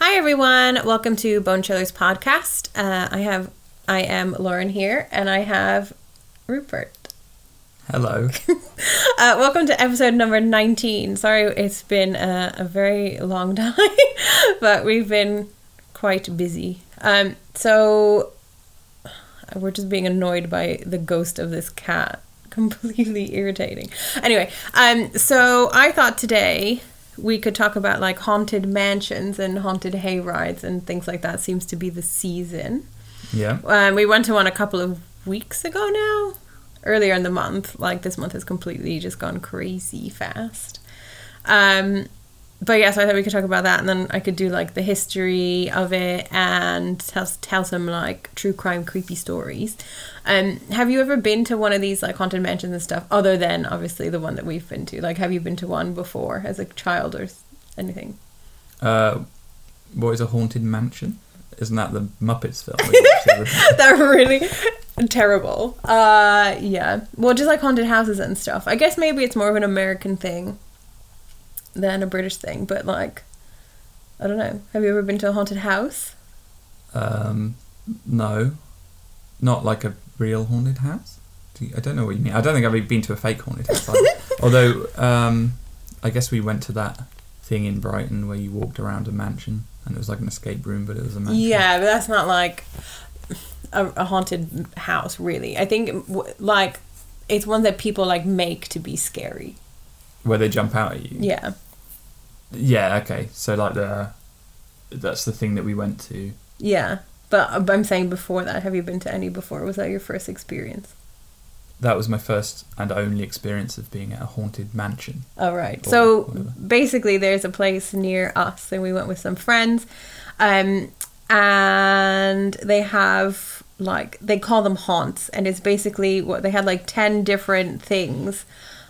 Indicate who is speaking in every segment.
Speaker 1: everyone. Welcome to Bone Chillers podcast. Uh, I have, I am Lauren here, and I have Rupert.
Speaker 2: Hello.
Speaker 1: Uh, welcome to episode number 19. Sorry, it's been a, a very long time, but we've been quite busy. Um, so we're just being annoyed by the ghost of this cat. Completely irritating. Anyway, um, so I thought today we could talk about like haunted mansions and haunted hay rides and things like that. Seems to be the season.
Speaker 2: Yeah.
Speaker 1: Um, we went to one a couple of weeks ago now, earlier in the month. Like this month has completely just gone crazy fast. Um, but yeah, so I thought we could talk about that, and then I could do like the history of it and tell tell some like true crime creepy stories. Um, have you ever been to one of these like haunted mansions and stuff? Other than obviously the one that we've been to, like have you been to one before as a child or s- anything?
Speaker 2: Uh, what is a haunted mansion? Isn't that the Muppets film? we watched the other
Speaker 1: They're
Speaker 2: day?
Speaker 1: really terrible. Uh, yeah. Well, just like haunted houses and stuff. I guess maybe it's more of an American thing than a British thing, but like, I don't know. Have you ever been to a haunted house?
Speaker 2: um, no, not like a real haunted house. Do you- I don't know what you mean. I don't think I've been to a fake haunted house. either. Although, um, I guess we went to that thing in Brighton where you walked around a mansion and it was like an escape room, but it was a mansion.
Speaker 1: Yeah, but that's not like a, a haunted house, really. I think w- like it's one that people like make to be scary.
Speaker 2: Where they jump out at you.
Speaker 1: Yeah.
Speaker 2: Yeah. Okay. So like the, that's the thing that we went to.
Speaker 1: Yeah. But but I'm saying before that, have you been to any before? Was that your first experience?
Speaker 2: That was my first and only experience of being at a haunted mansion.
Speaker 1: All right.
Speaker 2: Or
Speaker 1: So
Speaker 2: whatever.
Speaker 1: basically, there's a place near us, and we went with some friends, um, and they have like they call them haunts, and it's basically what they had like ten different things,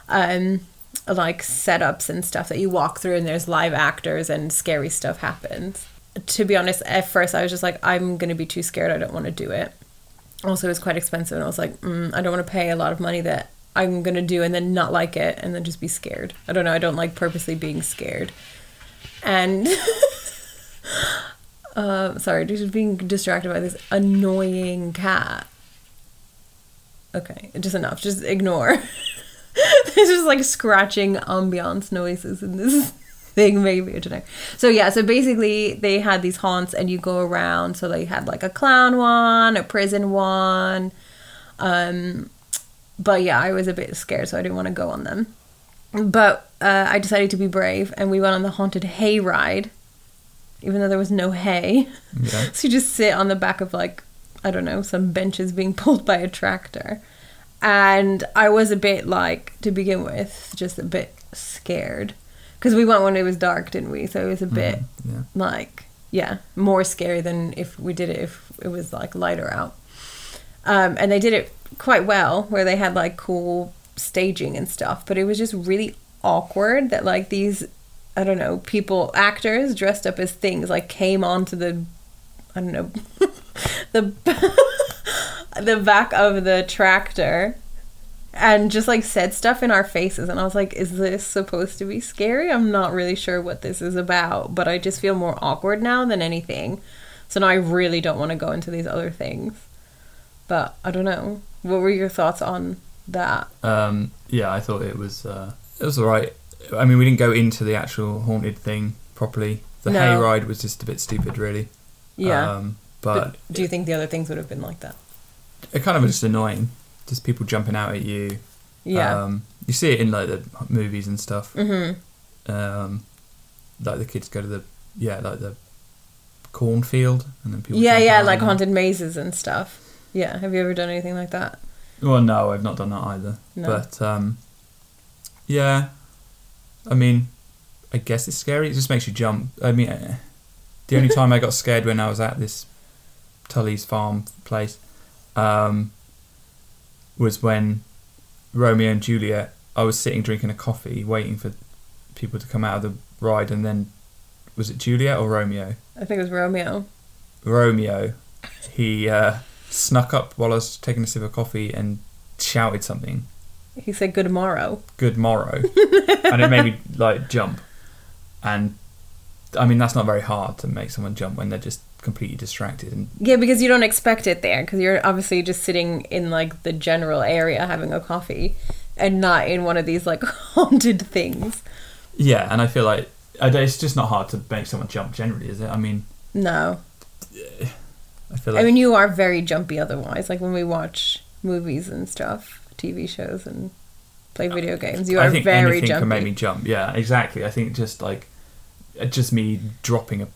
Speaker 1: um, like setups and stuff that you walk through, and there's live actors and scary stuff happens. To be honest, at first I was just like, I'm gonna be too scared. I don't want to do it also it was quite expensive and i was like mm, i don't want to pay a lot of money that i'm going to do and then not like it and then just be scared i don't know i don't like purposely being scared and uh, sorry just being distracted by this annoying cat okay just enough just ignore there's just like scratching ambiance noises in this thing maybe i don't know so yeah so basically they had these haunts and you go around so they had like a clown one a prison one um but yeah i was a bit scared so i didn't want to go on them but uh, i decided to be brave and we went on the haunted hay ride even though there was no hay
Speaker 2: Yeah.
Speaker 1: so you just sit on the back of like I don't know some benches being pulled by a tractor, and I was a bit like to begin with just a bit scared because we went when it was dark, didn't we? So it was a bit
Speaker 2: Yeah.
Speaker 1: like yeah more scary than if we did it if it was like lighter out um, and they did it quite well where they had like cool staging and stuff but it was just really awkward that like these i don't know people actors dressed up as things like came onto the i don't know the the back of the tractor and just like said stuff in our faces and i was like is this supposed to be scary i'm not really sure what this is about but i just feel more awkward now than anything so now i really don't want to go into these other things but i don't know what were your thoughts on that
Speaker 2: Um, yeah, I thought it was uh, it was alright. I mean, we didn't go into the actual haunted thing properly. The
Speaker 1: No.
Speaker 2: hay ride was just a bit stupid, really.
Speaker 1: yeah
Speaker 2: Um, but
Speaker 1: do you think the other things would have been like that
Speaker 2: it kind of was just annoying. Just people jumping out at you.
Speaker 1: yeah
Speaker 2: Um, you see it in like the movies and stuff.
Speaker 1: mm-hmm
Speaker 2: Um, like the kids go to the yeah, like the cornfield, and then people.
Speaker 1: yeah
Speaker 2: jump
Speaker 1: yeah
Speaker 2: out
Speaker 1: like
Speaker 2: and-
Speaker 1: haunted mazes and stuff yeah have you ever done anything like that
Speaker 2: Well, no, I've not done that either.
Speaker 1: No.
Speaker 2: But um, yeah, I mean, I guess it's scary. It just makes you jump. I mean, eh. the only time I got scared when I was at this Tully's farm place um, was when Romeo and Juliet. I was sitting drinking a coffee, waiting for people to come out of the ride, and then was it Juliet or Romeo?
Speaker 1: i think it was romeo
Speaker 2: Romeo, he uh, snuck up while I was taking a sip of coffee and shouted something.
Speaker 1: he said good morrow
Speaker 2: good morrow and it made me like jump and I mean, that's not very hard to make someone jump when they're just completely distracted. And
Speaker 1: Yeah, because you don't expect it there because you're obviously just sitting in like the general area having a coffee and not in one of these like haunted things.
Speaker 2: yeah, and I feel like I don't- it's just not hard to make someone jump generally, is it? I mean,
Speaker 1: No.
Speaker 2: I feel like
Speaker 1: I mean, you are very jumpy otherwise. Like when we watch movies and stuff, TV shows and play video games, you
Speaker 2: I
Speaker 1: are
Speaker 2: think
Speaker 1: very
Speaker 2: anything
Speaker 1: jumpy.
Speaker 2: can make me jump. Yeah, exactly. I think just like uh, just me dropping a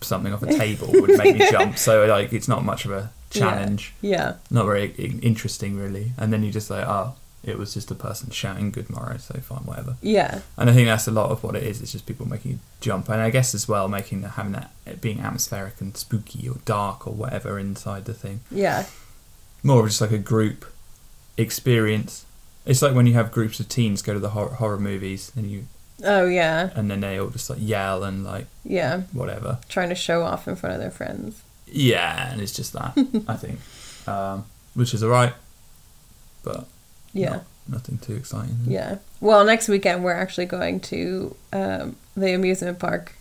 Speaker 2: something off a table would make me jump. So like, it's not much of a challenge.
Speaker 1: yeah.
Speaker 2: Not very i- interesting, really. And then you just like, oh, it was just a person shouting "Good morrow," so fine, whatever.
Speaker 1: Yeah.
Speaker 2: And I think that's a lot of what it is. It's just people making you jump, and I guess as well making having that it being atmospheric and spooky or dark or whatever inside the thing.
Speaker 1: Yeah.
Speaker 2: More of just like a group experience. It's like when you have groups of teens go to the horror, horror movies and you
Speaker 1: Oh, yeah.
Speaker 2: and then they all just like yell and like
Speaker 1: Yeah.
Speaker 2: whatever.
Speaker 1: Trying to show off in front of their friends.
Speaker 2: Yeah, and it's just that I think, um, which is alright, but
Speaker 1: Yeah.
Speaker 2: not- nothing too exciting.
Speaker 1: Yeah. Well, next weekend we're actually going to um, the amusement park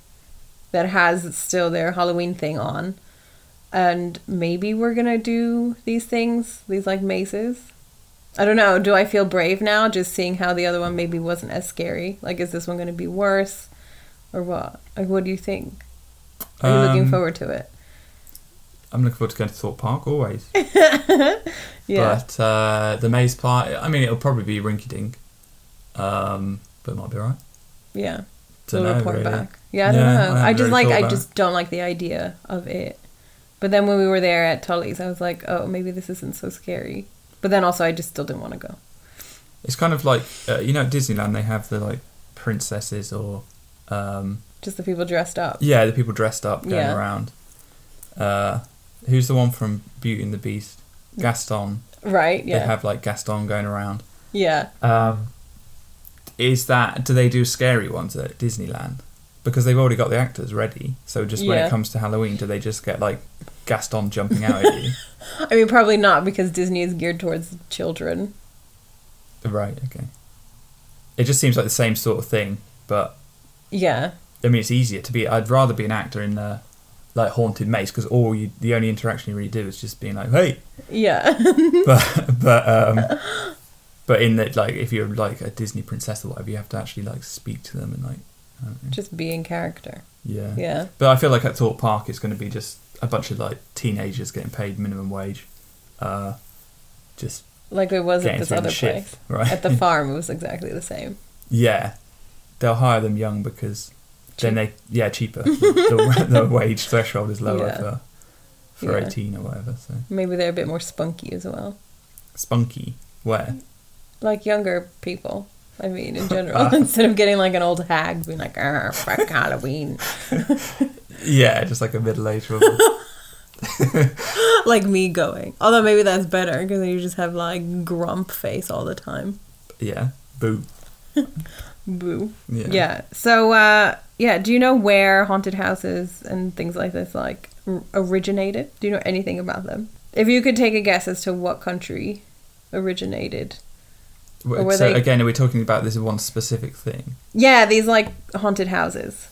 Speaker 1: that has still their Halloween thing on, and maybe we're gonna do these things, these like mazes. I don't know. Do I feel brave now, just seeing how the other one maybe wasn't as scary? Like, is this one gonna be worse, or what? Like, what do you think? Are you looking
Speaker 2: Um,
Speaker 1: forward to it?
Speaker 2: I'm looking forward to going to Thorpe Park always.
Speaker 1: Yeah.
Speaker 2: But uh, the maze part, I mean, it'll probably be rinky dink, um, but it might be alright.
Speaker 1: yeah.
Speaker 2: Don't
Speaker 1: we'll
Speaker 2: know,
Speaker 1: report
Speaker 2: really.
Speaker 1: back. Yeah, I don't
Speaker 2: Yeah, I
Speaker 1: know.
Speaker 2: haven't
Speaker 1: I, just
Speaker 2: really
Speaker 1: like
Speaker 2: thought
Speaker 1: I
Speaker 2: about
Speaker 1: just don't like the idea of it. But then when we were there at Tully's, I was like, oh, maybe this isn't so scary. But then also, I just still didn't want to go.
Speaker 2: It's kind of like uh, you know at Disneyland they have the like princesses or um,
Speaker 1: Just the people dressed up.
Speaker 2: yeah the people dressed up going
Speaker 1: Yeah.
Speaker 2: around. Uh, who's the one from Beauty and the Beast? Gaston.
Speaker 1: Right?
Speaker 2: They
Speaker 1: Yeah.
Speaker 2: have like Gaston going around.
Speaker 1: yeah.
Speaker 2: Um, is that do they do scary ones at Disneyland? Because they've already got the actors ready. So just when
Speaker 1: Yeah.
Speaker 2: it comes to Halloween, do they just get like Gaston jumping out at you?
Speaker 1: I mean, probably not because Disney is geared towards children.
Speaker 2: Right. Okay. It just seems like the same sort of thing, but
Speaker 1: Yeah.
Speaker 2: I mean, it's easier to be. I'd rather be an actor in the like haunted maze because all you, the only interaction you really do is just being like, hey,
Speaker 1: Yeah.
Speaker 2: but but um, but in that like if you're like a Disney princess or whatever, you have to actually like speak to them and like, I don't know.
Speaker 1: just be in character.
Speaker 2: yeah.
Speaker 1: Yeah.
Speaker 2: But I feel like at Thorpe Park, it's going to be just a bunch of like teenagers getting paid minimum wage, uh, just
Speaker 1: Like it was at
Speaker 2: getting
Speaker 1: this
Speaker 2: through
Speaker 1: other
Speaker 2: the shit,
Speaker 1: place.
Speaker 2: right?
Speaker 1: At the farm, it was exactly the same.
Speaker 2: Yeah, they'll hire them young because then they yeah cheaper. the, the wage threshold is lower
Speaker 1: Yeah.
Speaker 2: for for
Speaker 1: Yeah.
Speaker 2: eighteen or whatever. So
Speaker 1: Maybe they're a bit more spunky as well.
Speaker 2: spunky where
Speaker 1: like younger people. I mean, in general, instead of getting like an old hag being like, "Ah, fuck Halloween,"
Speaker 2: yeah just like a middle aged woman.
Speaker 1: like me going. Although maybe that's better because then you just have like grump face all the time.
Speaker 2: yeah boo
Speaker 1: Boo.
Speaker 2: yeah.
Speaker 1: Yeah. So, uh, yeah. Do you know where haunted houses and things like this like r- originated? Do you know anything about them? If you could take a guess as to what country originated,
Speaker 2: W-
Speaker 1: Or were
Speaker 2: So
Speaker 1: they-
Speaker 2: again, are we talking about this one specific thing?
Speaker 1: yeah, these like haunted houses,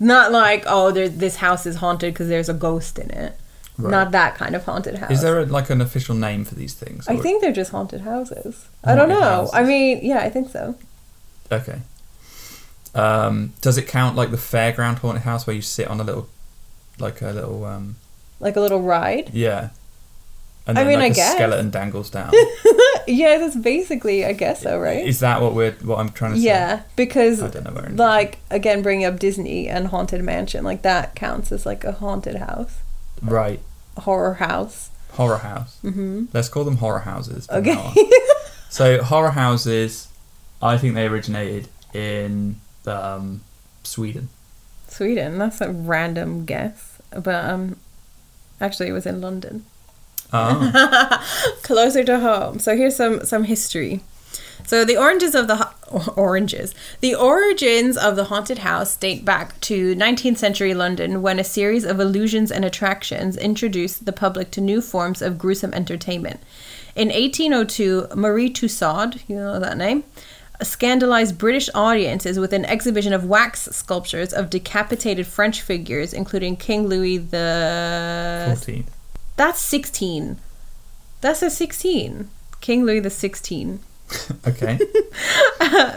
Speaker 1: not like oh, there, this house is haunted because there's a ghost in it.
Speaker 2: Right.
Speaker 1: Not that kind of haunted house.
Speaker 2: Is there a, like an official name for these things?
Speaker 1: I
Speaker 2: or-
Speaker 1: think they're just haunted houses. I don't know.
Speaker 2: Haunted
Speaker 1: I
Speaker 2: houses.
Speaker 1: mean, yeah, I think so.
Speaker 2: Okay. Um, does it count like the fairground haunted house where you sit on a little, like a little um,
Speaker 1: Like a little ride.
Speaker 2: yeah, and
Speaker 1: I
Speaker 2: then
Speaker 1: mean,
Speaker 2: like
Speaker 1: I
Speaker 2: a
Speaker 1: guess.
Speaker 2: skeleton dangles down?
Speaker 1: Yeah, that's basically, I guess so, right?
Speaker 2: Is that what we're what I'm trying to say?
Speaker 1: Yeah, because
Speaker 2: I don't know where it is.
Speaker 1: like again, bringing up Disney and haunted mansion, like that counts as like a haunted house,
Speaker 2: Right.
Speaker 1: horror house.
Speaker 2: Horror house. Mm-hmm. Let's call them horror houses. from
Speaker 1: Okay.
Speaker 2: now on. so horror houses, I think they originated in um, Sweden.
Speaker 1: Sweden. That's a random guess, but um, actually, it was in London.
Speaker 2: Oh,
Speaker 1: closer to home. So here's some some history. So the oranges of the ho- oranges, the origins of the haunted house date back to 19th century London when a series of illusions and attractions introduced the public to new forms of oh gruesome entertainment. In 1802, Marie Tussaud, you know that name, scandalized British audiences with an exhibition of wax sculptures of decapitated French figures, including King Louis the.
Speaker 2: 14.
Speaker 1: That's 16. That's a 16. King Louis the 16.
Speaker 2: Okay.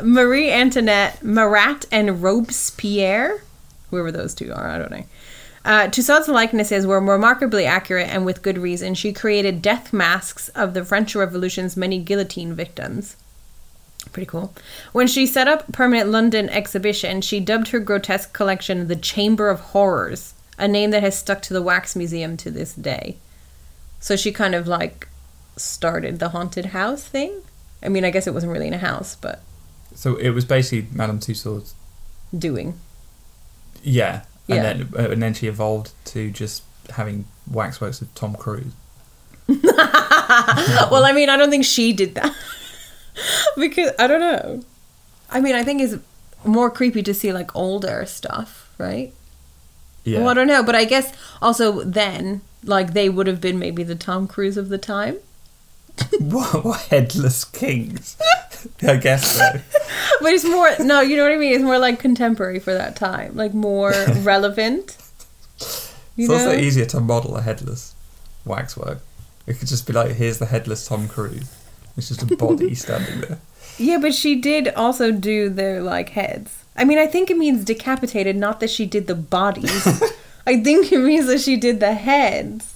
Speaker 1: Marie Antoinette, Marat, and Robespierre. Whoever those two are, I don't know. Uh, Tussaud's likenesses were remarkably accurate and with good reason. She created death masks of the French Revolution's many guillotine victims. Pretty cool. When she set up permanent London exhibition, she dubbed her grotesque collection the Chamber of Horrors, a name that has stuck to the Wax Museum to this day. So she kind of like started the haunted house thing. I mean, I guess it wasn't really in a house, but
Speaker 2: so it was basically Madame Tussauds.
Speaker 1: doing.
Speaker 2: Yeah. And
Speaker 1: Yeah.
Speaker 2: then uh, and then she evolved to just having waxworks of Tom Cruise.
Speaker 1: well, I mean, I don't think she did that because I don't know. I mean, I think it's more creepy to see like older stuff, right?
Speaker 2: Yeah.
Speaker 1: Well, I don't know, but I guess also then, like, they would have been maybe the Tom Cruise of the time.
Speaker 2: what, what headless kings? I guess so.
Speaker 1: But it's more, no, you know what I mean? It's more like contemporary for that time, like more relevant. You
Speaker 2: It's
Speaker 1: know?
Speaker 2: also easier to model a headless waxwork. It could just be like, here's the headless Tom Cruise. It's just a body standing there.
Speaker 1: yeah, but she did also do their, like, heads. I mean, I think it means decapitated, not that she did the bodies. I think it means that she did the heads.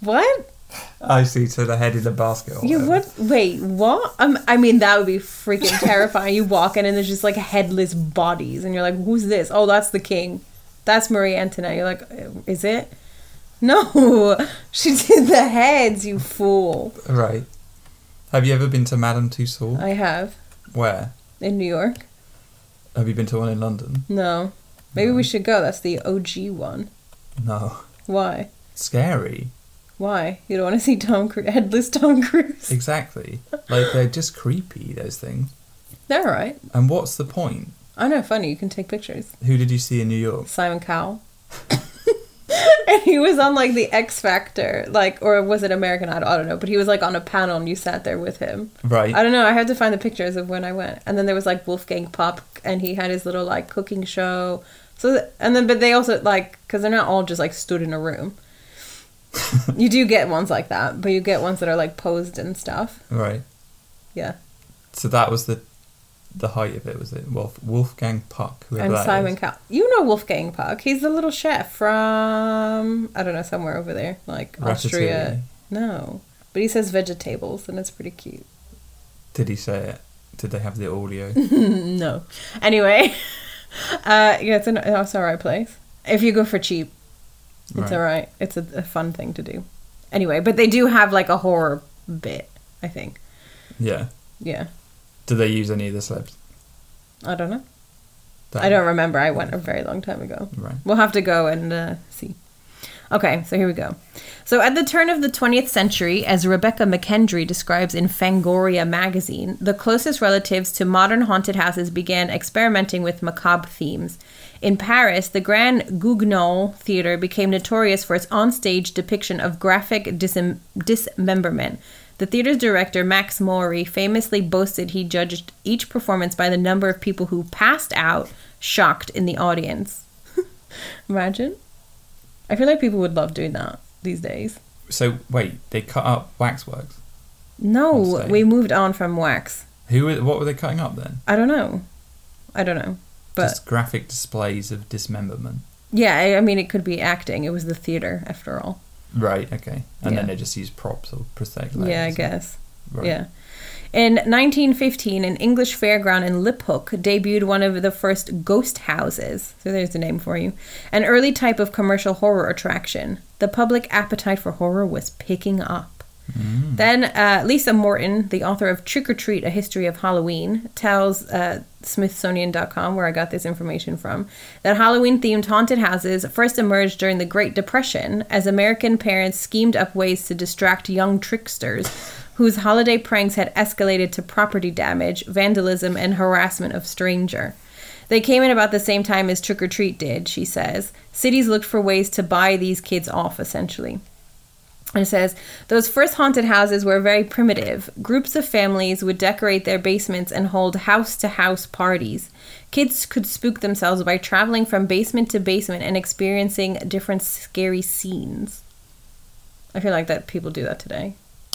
Speaker 1: What?
Speaker 2: I see. So the head in a basket. Or
Speaker 1: Yeah,
Speaker 2: whatever.
Speaker 1: what? Wait, what? Um, I mean, that would be freaking terrifying. you walk in and there's just like headless bodies, and you're like, who's this? Oh, that's the king. That's Marie Antoinette. You're like, is it? No, she did the heads, you fool.
Speaker 2: Right. Have you ever been to Madame Tussauds?
Speaker 1: I have
Speaker 2: Where?
Speaker 1: in New York.
Speaker 2: Have you been to one in London?
Speaker 1: No, maybe we should go. That's the OG one.
Speaker 2: No.
Speaker 1: Why?
Speaker 2: Scary.
Speaker 1: Why? You don't want to see Tom Cruise, headless Tom Cruise.
Speaker 2: Exactly. Like they're just creepy. Those things.
Speaker 1: They're all right.
Speaker 2: And what's the point?
Speaker 1: I know, funny. You can take pictures.
Speaker 2: Who did you see in New York?
Speaker 1: Simon Cowell. and he was on like the X Factor, like, or was it American Idol? I don't know. But he was like on a panel and you sat there with him.
Speaker 2: Right.
Speaker 1: I don't know. I had to find the pictures of when I went. And then there was like Wolfgang Puck and he had his little like cooking show. So, th- and then, but they also like, because they're not all just like stood in a room. you do get ones like that, but you get ones that are like posed and stuff.
Speaker 2: Right.
Speaker 1: Yeah.
Speaker 2: So that was the the height of it, was it? Wolf, Wolfgang Puck. Whoever
Speaker 1: and
Speaker 2: that
Speaker 1: Simon
Speaker 2: is.
Speaker 1: Cowell. You know Wolfgang Puck. He's the little chef from I don't know somewhere over there, like Austria. No, but he says vegetables, and it's pretty cute.
Speaker 2: Did he say it? Did they have the audio?
Speaker 1: no. Anyway, uh, yeah, it's an it's all right place if you go for cheap. It's
Speaker 2: Right.
Speaker 1: all right. It's a, a fun thing to do. Anyway, but they do have like a horror bit. I think.
Speaker 2: yeah.
Speaker 1: Yeah.
Speaker 2: Do they use any of the celebs?
Speaker 1: I don't know.
Speaker 2: That-
Speaker 1: I don't remember. I went a very long time ago.
Speaker 2: Right.
Speaker 1: We'll have to go and uh, see. Okay, so here we go. So, at the turn of the 20th century, as Rebecca McKendry describes in Fangoria magazine, the closest relatives to modern haunted houses began experimenting with macabre themes. In Paris, the Grand Guignol Theater became notorious for its onstage depiction of graphic disem- dismemberment. The theater's director, Max Maury, famously boasted he judged each performance by the number of people who passed out, shocked in the audience. Imagine. I feel like people would love doing that these days.
Speaker 2: So wait, they cut up waxworks.
Speaker 1: No,
Speaker 2: Insane.
Speaker 1: we moved on from wax.
Speaker 2: Who? were- What were they cutting up then?
Speaker 1: I don't know. I don't know. But
Speaker 2: Just graphic displays of dismemberment.
Speaker 1: yeah, I, I mean, it could be acting. It was the theater, after all.
Speaker 2: Right. Okay. And
Speaker 1: Yeah.
Speaker 2: then they just use props or prosthetic legs.
Speaker 1: Yeah, I guess.
Speaker 2: Right.
Speaker 1: Yeah. In 1915, an English fairground in Liphook debuted one of the first ghost houses. So there's the name for you. An early type of commercial horror attraction. The public appetite for horror was picking up. Then uh, Lisa Morton, the author of Trick or Treat: A History of Halloween, tells uh, Smithsonian.com, where I got this information from, that Halloween-themed haunted houses first emerged during the Great Depression as American parents schemed up ways to distract young tricksters, whose holiday pranks had escalated to property damage, vandalism, and harassment of stranger. They came in about the same time as Trick or Treat did, she says. Cities looked for ways to buy these kids off, essentially. And it says, those first haunted houses were very primitive. Groups of families would decorate their basements and hold house to house parties. Kids could spook themselves by traveling from basement to basement and experiencing different scary scenes. I feel like that people do that today.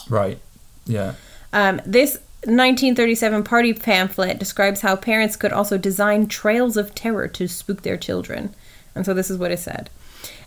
Speaker 2: Right. Yeah.
Speaker 1: Um, this 1937 party pamphlet describes how parents could also design trails of terror to spook their children. And so this is what it said.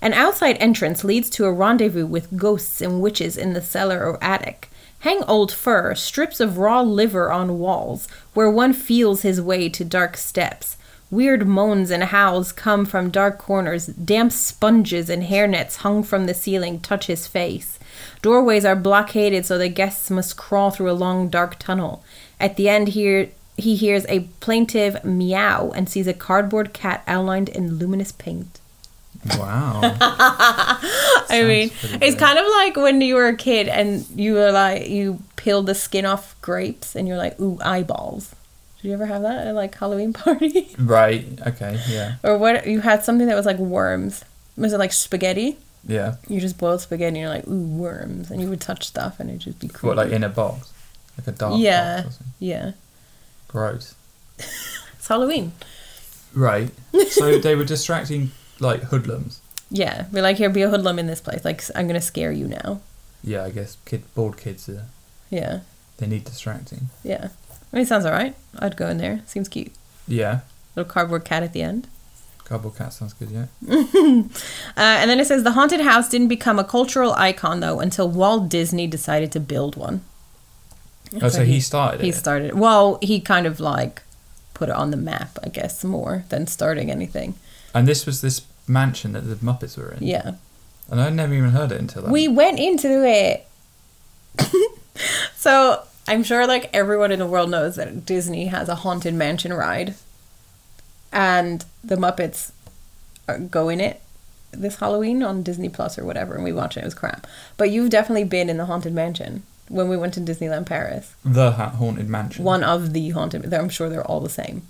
Speaker 1: An outside entrance leads to a rendezvous with ghosts and witches in the cellar or attic. Hang old fur, strips of raw liver on walls, where one feels his way to dark steps. Weird moans and howls come from dark corners. Damp sponges and hairnets hung from the ceiling touch his face. Doorways are blockaded so the guests must crawl through a long dark tunnel. At the end here he hears a plaintive meow and sees a cardboard cat outlined in luminous paint.
Speaker 2: Wow.
Speaker 1: I
Speaker 2: Sounds
Speaker 1: mean,
Speaker 2: pretty
Speaker 1: it's
Speaker 2: good.
Speaker 1: kind of like when you were a kid and you were like you peeled the skin off grapes and you're like, ooh, eyeballs. Did you ever have that at like Halloween party?
Speaker 2: right. Okay. Yeah.
Speaker 1: or what you had something that was like worms. Was it like spaghetti?
Speaker 2: Yeah.
Speaker 1: You just boiled spaghetti and you're like, ooh, worms and you would touch stuff and it'd just be cool.
Speaker 2: What, like in a box? Like a dark
Speaker 1: Yeah.
Speaker 2: box or something?
Speaker 1: yeah.
Speaker 2: Gross.
Speaker 1: It's Halloween.
Speaker 2: Right. So they were distracting, like, hoodlums.
Speaker 1: Yeah. We're like, here, be a hoodlum in this place. Like, I'm going to scare you now.
Speaker 2: Yeah, I guess kid, bored kids, uh,
Speaker 1: Yeah.
Speaker 2: they need distracting.
Speaker 1: Yeah. I mean, it sounds all right. I'd go in there. Seems cute.
Speaker 2: Yeah.
Speaker 1: Little cardboard cat at the end.
Speaker 2: Cardboard cat sounds good, yeah.
Speaker 1: Uh, and then it says the haunted house didn't become a cultural icon, though, until Walt Disney decided to build one.
Speaker 2: Oh, so
Speaker 1: So
Speaker 2: he
Speaker 1: he-
Speaker 2: started
Speaker 1: He
Speaker 2: it.
Speaker 1: started, well, he kind of like put it on the map, I guess, more than starting anything.
Speaker 2: and this was this mansion that the Muppets were in.
Speaker 1: Yeah.
Speaker 2: And I'd never even heard it until that.
Speaker 1: We went into it. so I'm sure like everyone in the world knows that Disney has a haunted mansion ride, and the Muppets are- go in it this Halloween on Disney Plus or whatever, and we watched it. It was crap. But you've definitely been in the haunted mansion when we went to Disneyland Paris.
Speaker 2: the ha- Haunted Mansion.
Speaker 1: One of the haunted. I'm sure they're all the same.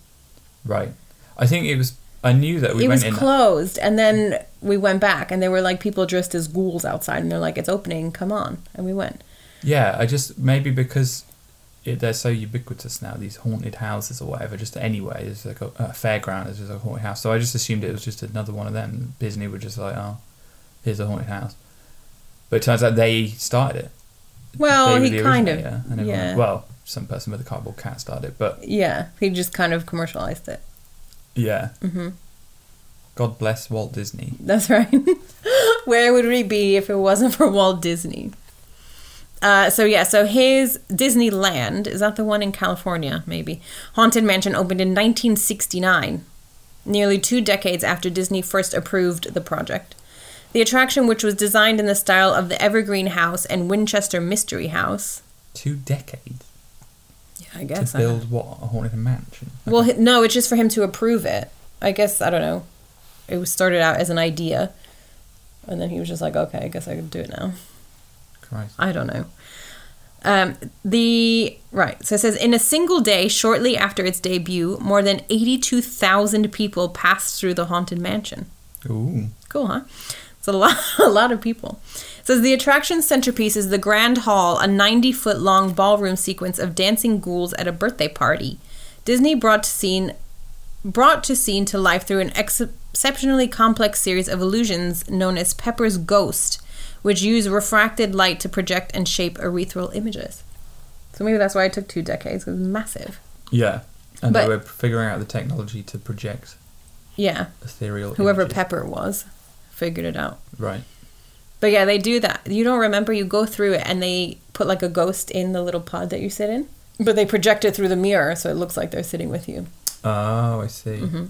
Speaker 2: Right. I think it was. I knew that we
Speaker 1: it
Speaker 2: went
Speaker 1: was
Speaker 2: in.
Speaker 1: closed, and then we went back, and there were like people dressed as ghouls outside, and they're like, "It's opening, come on!" And we went.
Speaker 2: yeah, I just. Maybe because it, they're so ubiquitous now, these haunted houses or whatever, just anyway. There's like a, a fairground, there's just a haunted house. So I just assumed it was just another one of them. Disney were just like, oh, here's a haunted house. But it turns out they started it.
Speaker 1: Well,
Speaker 2: they were
Speaker 1: he
Speaker 2: the
Speaker 1: kind of,
Speaker 2: originator, And everyone-
Speaker 1: yeah.
Speaker 2: Well, some person with a cardboard cat started it, but
Speaker 1: yeah, he just kind of commercialized it.
Speaker 2: yeah. Mm-hmm. God bless Walt Disney.
Speaker 1: That's right. Where would we be if it wasn't for Walt Disney? Uh, so yeah, so his Disneyland is that the one in California? Maybe Haunted Mansion opened in 1969, nearly two decades after Disney first approved the project. The attraction, which was designed in the style of the Evergreen House and Winchester Mystery House,
Speaker 2: Two decades
Speaker 1: yeah, I guess.
Speaker 2: to
Speaker 1: I don't
Speaker 2: build what? A haunted mansion?
Speaker 1: Well, hi- no, it's just for him to approve it. I guess I don't know. It was started out as an idea, and then he was just like, "Okay, I guess I can do it now."
Speaker 2: Christ.
Speaker 1: I don't know. Um, the right. So it says in a single day, shortly after its debut, more than eighty-two thousand people passed through the haunted mansion.
Speaker 2: Ooh.
Speaker 1: Cool, huh? It's a lot, a lot of people. It says the attraction's centerpiece is the Grand Hall, a 90 foot long ballroom sequence of dancing ghouls at a birthday party. Disney brought to scene, brought to scene to life through an ex- exceptionally complex series of illusions known as Pepper's Ghost, which use refracted light to project and shape ethereal images. So maybe that's why it took two decades. 'cause It was massive.
Speaker 2: Yeah. And they
Speaker 1: But-
Speaker 2: were figuring out the technology to project
Speaker 1: Yeah,
Speaker 2: ethereal.
Speaker 1: whoever
Speaker 2: images.
Speaker 1: Pepper was figured it out.
Speaker 2: Right.
Speaker 1: But yeah, they do that. You don't remember, you go through it and they put like a ghost in the little pod that you sit in. But they project it through the mirror so it looks like they're sitting with you.
Speaker 2: Oh, I see.
Speaker 1: Mm-hmm.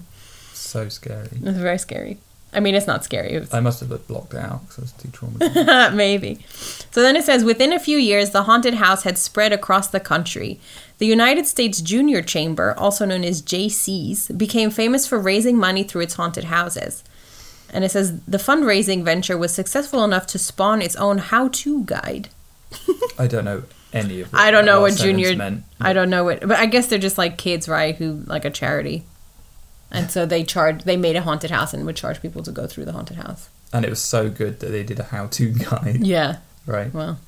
Speaker 2: So scary.
Speaker 1: It's very scary. I mean, it's not scary. It was
Speaker 2: I must have looked blocked out because I was too traumatized.
Speaker 1: Maybe. So then it says within a few years, the haunted house had spread across the country. The United States Junior Chamber, also known as JC's, became famous for raising money through its haunted houses. And it says the fundraising venture was successful enough to spawn its own how to guide.
Speaker 2: I don't know any of.
Speaker 1: I don't
Speaker 2: that
Speaker 1: know
Speaker 2: last
Speaker 1: what
Speaker 2: sentence
Speaker 1: junior.
Speaker 2: meant.
Speaker 1: I don't know what, but I guess they're just like kids, right? Who like a charity, and so they charge. They made a haunted house and would charge people to go through the haunted house.
Speaker 2: And it was so good that they did a how-to guide.
Speaker 1: Yeah,
Speaker 2: Right.
Speaker 1: Well,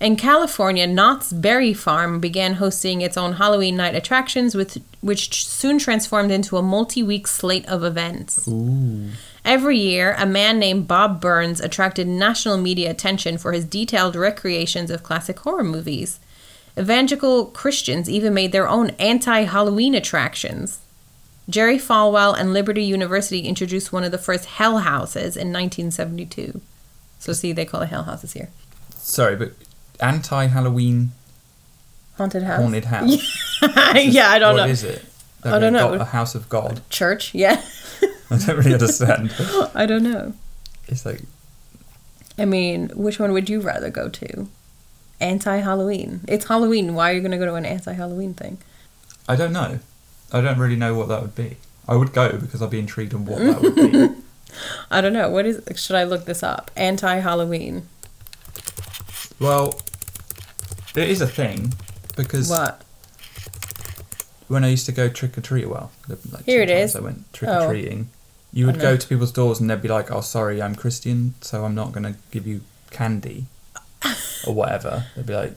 Speaker 1: in California, Knott's Berry Farm began hosting its own Halloween night attractions, with, which soon transformed into a multi week slate of events.
Speaker 2: Ooh.
Speaker 1: Every year, a man named Bob Burns attracted national media attention for his detailed recreations of classic horror movies. Evangelical Christians even made their own anti Halloween attractions. Jerry Falwell and Liberty University introduced one of the first hell houses in 1972. So, see, they call it hell houses here.
Speaker 2: Sorry, but anti Halloween
Speaker 1: Haunted house.
Speaker 2: haunted house. Just-
Speaker 1: yeah, I don't
Speaker 2: what
Speaker 1: know.
Speaker 2: is it?
Speaker 1: I don't know.
Speaker 2: A house of God.
Speaker 1: Church? Yeah.
Speaker 2: I don't really understand.
Speaker 1: I don't know.
Speaker 2: It's like
Speaker 1: I mean, which one would you rather go to? Anti Halloween. It's Halloween. Why are you going to go to an anti Halloween thing?
Speaker 2: I don't know. I don't really know what that would be. I would go because I'd be intrigued on what that would be.
Speaker 1: I don't know. What is. Should I look this up? Anti Halloween.
Speaker 2: well, it is a thing because
Speaker 1: What?
Speaker 2: when I used to go trick or treat, well, the- like
Speaker 1: Here
Speaker 2: two
Speaker 1: it
Speaker 2: times
Speaker 1: is.
Speaker 2: I went trick or treating. You would
Speaker 1: Oh,
Speaker 2: go
Speaker 1: no.
Speaker 2: to people's doors and they'd be like, "Oh, sorry, I'm Christian, so I'm not gonna give you candy or whatever." They'd be like,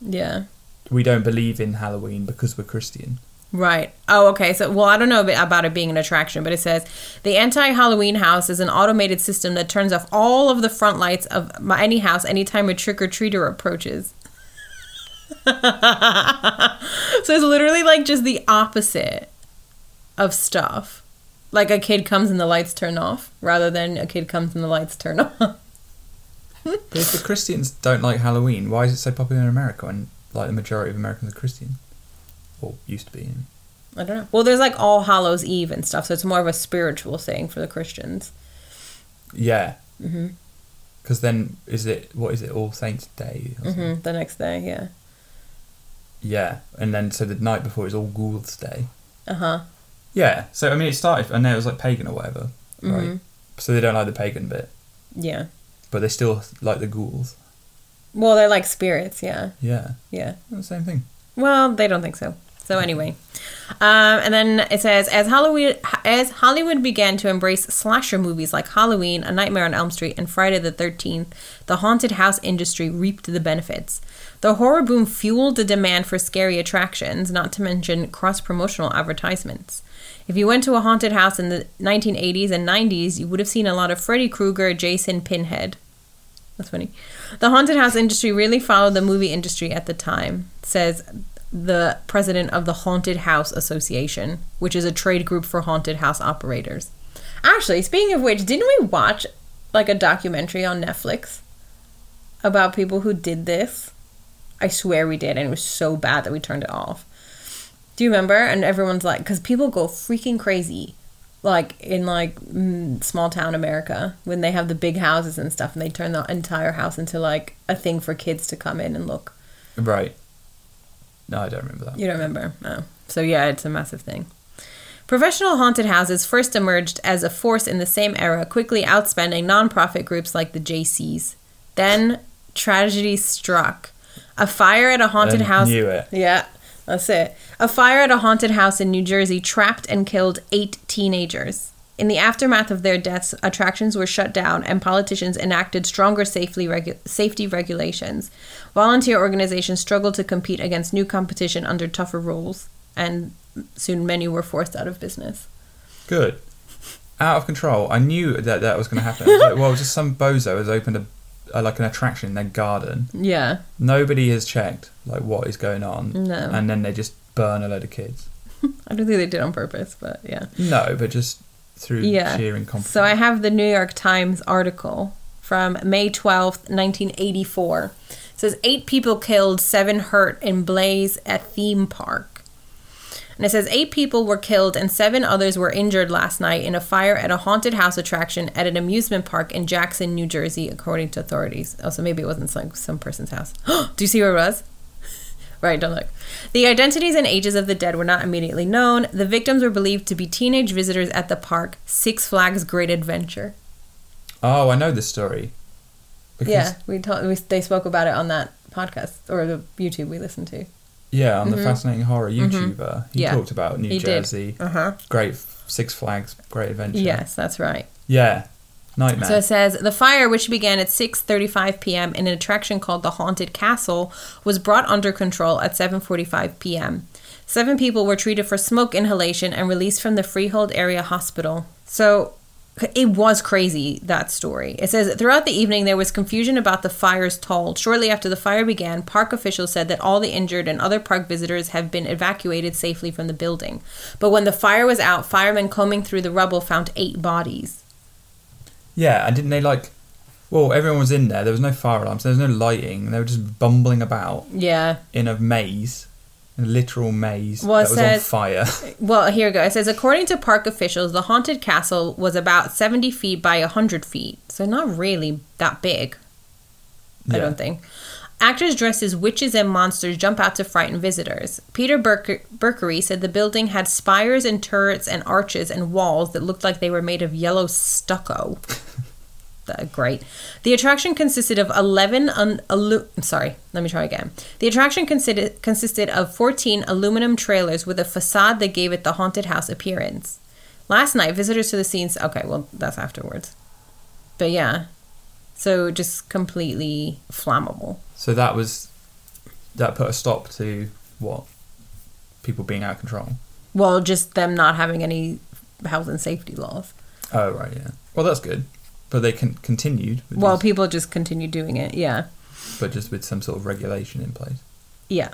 Speaker 1: Yeah.
Speaker 2: "We don't believe in Halloween because we're Christian."
Speaker 1: Right. Oh, okay. So, well, I don't know a bit about it being an attraction, but it says the anti Halloween house is an automated system that turns off all of the front lights of my- any house anytime a trick or treater approaches. so it's literally like just the opposite of stuff. Like a kid comes and the lights turn off, rather than a kid comes and the lights turn on.
Speaker 2: But if the Christians don't like Halloween, why is it so popular in America and like the majority of Americans are Christian, or used to be?
Speaker 1: I don't know. Well, there's like All Hallows Eve and stuff, so it's more of a spiritual thing for the Christians.
Speaker 2: Yeah.
Speaker 1: Mm-hmm.
Speaker 2: Because then, is it what is it All Saints Day? Or something?
Speaker 1: hmm The next day, yeah.
Speaker 2: Yeah, and then so the night before is All Ghouls Day.
Speaker 1: Uh huh.
Speaker 2: Yeah, so I mean, it started, and then it was like pagan or whatever,
Speaker 1: Mm-hmm.
Speaker 2: right? So they don't like the pagan bit,
Speaker 1: Yeah.
Speaker 2: but they still like the ghouls.
Speaker 1: Well, they're like spirits, yeah.
Speaker 2: Yeah,
Speaker 1: Yeah.
Speaker 2: the same thing.
Speaker 1: Well, they don't think so. So anyway, um, and then it says as Hollywood as Hollywood began to embrace slasher movies like Halloween, A Nightmare on Elm Street, and Friday the Thirteenth, the haunted house industry reaped the benefits. The horror boom fueled the demand for scary attractions, not to mention cross promotional advertisements. If you went to a haunted house in the 1980s and 90s, you would have seen a lot of Freddy Krueger, Jason, Pinhead. That's funny. The haunted house industry really followed the movie industry at the time, says the president of the Haunted House Association, which is a trade group for haunted house operators. Actually, speaking of which, didn't we watch like a documentary on Netflix about people who did this? I swear we did, and it was so bad that we turned it off. Do you remember? And everyone's like, because people go freaking crazy, like in like mm, small town America when they have the big houses and stuff, and they turn the entire house into like a thing for kids to come in and look.
Speaker 2: Right. No, I don't remember that.
Speaker 1: You don't remember? Oh. So, yeah, it's a massive thing. Professional haunted houses first emerged as a force in the same era, quickly outspending nonprofit groups like the JCs. Then tragedy struck. A fire at a haunted
Speaker 2: Um,
Speaker 1: house.
Speaker 2: Knew it.
Speaker 1: Yeah, that's it. A fire at a haunted house in New Jersey trapped and killed eight teenagers. In the aftermath of their deaths, attractions were shut down and politicians enacted stronger safely regu- safety regulations. Volunteer organizations struggled to compete against new competition under tougher rules, and soon many were forced out of business.
Speaker 2: Good. Out of control. I knew that that was going to happen. It was like, well, just some bozo has opened a, a like an attraction in their garden.
Speaker 1: Yeah.
Speaker 2: Nobody has checked like what is going on.
Speaker 1: No.
Speaker 2: And then they just burn a load of kids.
Speaker 1: I don't think they did on purpose, but yeah.
Speaker 2: No, but just through
Speaker 1: Yeah.
Speaker 2: sheer incompetence.
Speaker 1: So I have the New York Times article from May 12th, 1984. It says eight people killed, seven hurt in blaze at theme park. And it says eight people were killed and seven others were injured last night in a fire at a haunted house attraction at an amusement park in Jackson, New Jersey, according to authorities. Oh, so maybe it wasn't some, some person's house. Do you see where it was? Right, don't look. The identities and ages of the dead were not immediately known. The victims were believed to be teenage visitors at the park, Six Flags Great Adventure.
Speaker 2: oh, I know this story. Because
Speaker 1: Yeah, we, talked. we they spoke about it on that podcast or the YouTube we listened to.
Speaker 2: Yeah, on the Fascinating Horror YouTuber, he
Speaker 1: Mm-hmm. Yeah.
Speaker 2: talked about New
Speaker 1: He did.
Speaker 2: Jersey,
Speaker 1: Uh huh.
Speaker 2: great Six Flags, Great Adventure.
Speaker 1: Yes, that's right.
Speaker 2: Yeah. Nightmare.
Speaker 1: So it says the fire, which began at 6:35 p.m. in an attraction called the Haunted Castle, was brought under control at 7:45 p.m. Seven people were treated for smoke inhalation and released from the Freehold Area Hospital. So it was crazy that story. It says throughout the evening there was confusion about the fire's toll. Shortly after the fire began, park officials said that all the injured and other park visitors have been evacuated safely from the building. But when the fire was out, firemen combing through the rubble found eight bodies.
Speaker 2: yeah, and didn't they like? Well, everyone was in there. There was no fire alarms. There was no lighting. They were just bumbling about
Speaker 1: Yeah.
Speaker 2: in a maze, in a literal maze
Speaker 1: Well, it
Speaker 2: that was
Speaker 1: says-
Speaker 2: on fire.
Speaker 1: Well, here we go. It says, according to park officials, the haunted castle was about 70 feet by 100 feet. So, not really that big, I
Speaker 2: Yeah.
Speaker 1: don't think. Actors dressed as witches and monsters jump out to frighten visitors. Peter Berker- Berkery said the building had spires and turrets and arches and walls that looked like they were made of yellow stucco. Uh, great. The attraction consisted of 11 un- alu- I'm sorry, let me try again. The attraction consider- consisted of 14 aluminum trailers with a facade that gave it the haunted house appearance. Last night, visitors to the scenes. Okay, well, that's afterwards. But yeah. So just completely flammable.
Speaker 2: So that was that put a stop to what people being out of control.
Speaker 1: Well, just them not having any health and safety laws.
Speaker 2: Oh right, yeah. Well, that's good. But they con- continued, with
Speaker 1: Well,
Speaker 2: these-
Speaker 1: people just continue doing it. Yeah.
Speaker 2: but just with some sort of regulation in place.
Speaker 1: Yeah,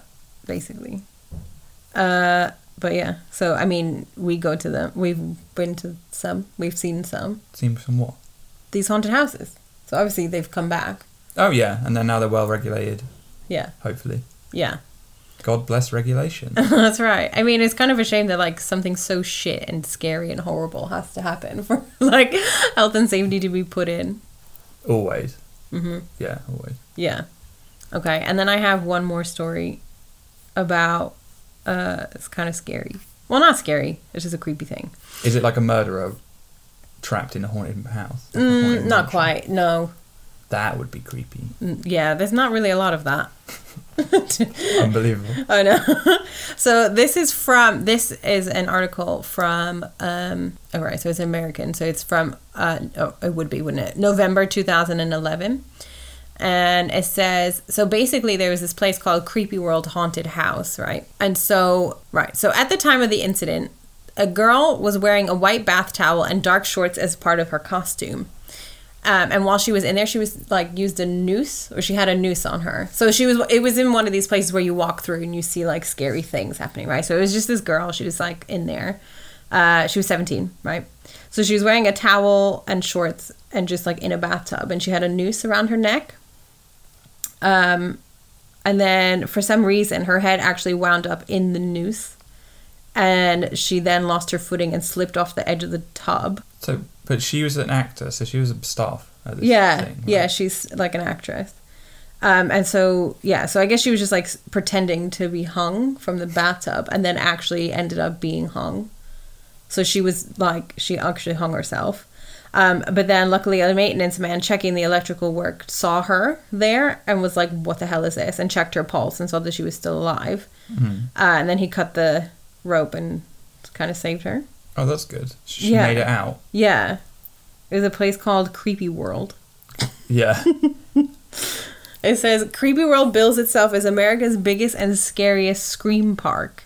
Speaker 1: basically. Uh, but yeah, so I mean, we go to them. We've been to some. We've seen some
Speaker 2: Seems somewhat.
Speaker 1: these haunted houses. So obviously they've come back.
Speaker 2: Oh yeah, and then now they're well regulated.
Speaker 1: Yeah,
Speaker 2: Hopefully,
Speaker 1: yeah,
Speaker 2: God bless regulation.
Speaker 1: that's right. I mean, it's kind of a shame that like something so shit and scary and horrible has to happen for like health and safety to be put in.
Speaker 2: always. Mm-hmm. Yeah, always.
Speaker 1: Yeah. Okay, and then I have one more story about uh, it's kind of scary. Well, not scary. It's just a creepy thing.
Speaker 2: Is it like a murderer trapped in a haunted house? Like a
Speaker 1: Mm,
Speaker 2: haunted
Speaker 1: not
Speaker 2: mansion?
Speaker 1: quite. No,
Speaker 2: That would be creepy.
Speaker 1: Mm, Yeah, there's not really a lot of that.
Speaker 2: Unbelievable.
Speaker 1: I know. so this is from this is an article from um all right, so it's American, so it's from uh oh, it would be, wouldn't it? November 2011. And it says so basically there was this place called Creepy World Haunted House, right? And so right. So at the time of the incident, a girl was wearing a white bath towel and dark shorts as part of her costume. Um, and while she was in there, she was like used a noose, or she had a noose on her. So she was. It was in one of these places where you walk through and you see like scary things happening, right? So it was just this girl. She was like in there. Uh, she was seventeen, right? So she was wearing a towel and shorts and just like in a bathtub, and she had a noose around her neck. Um, and then for some reason, her head actually wound up in the noose, and she then lost her footing and slipped off the edge of the tub.
Speaker 2: So, but she was an actor, so she was a staff. At this
Speaker 1: yeah
Speaker 2: thing, right?
Speaker 1: yeah she's like an actress um and so yeah so i guess she was just like s- pretending to be hung from the bathtub and then actually ended up being hung so she was like she actually hung herself um, but then luckily a maintenance man checking the electrical work saw her there and was like what the hell is this and checked her pulse and saw that she was still alive
Speaker 2: Mm-hmm.
Speaker 1: uh, and then he cut the rope and kind of saved her
Speaker 2: Oh, that's good. She
Speaker 1: Yeah.
Speaker 2: made it out.
Speaker 1: yeah it was a place called creepy world
Speaker 2: Yeah.
Speaker 1: It says Creepy World bills itself as America's biggest and scariest scream park.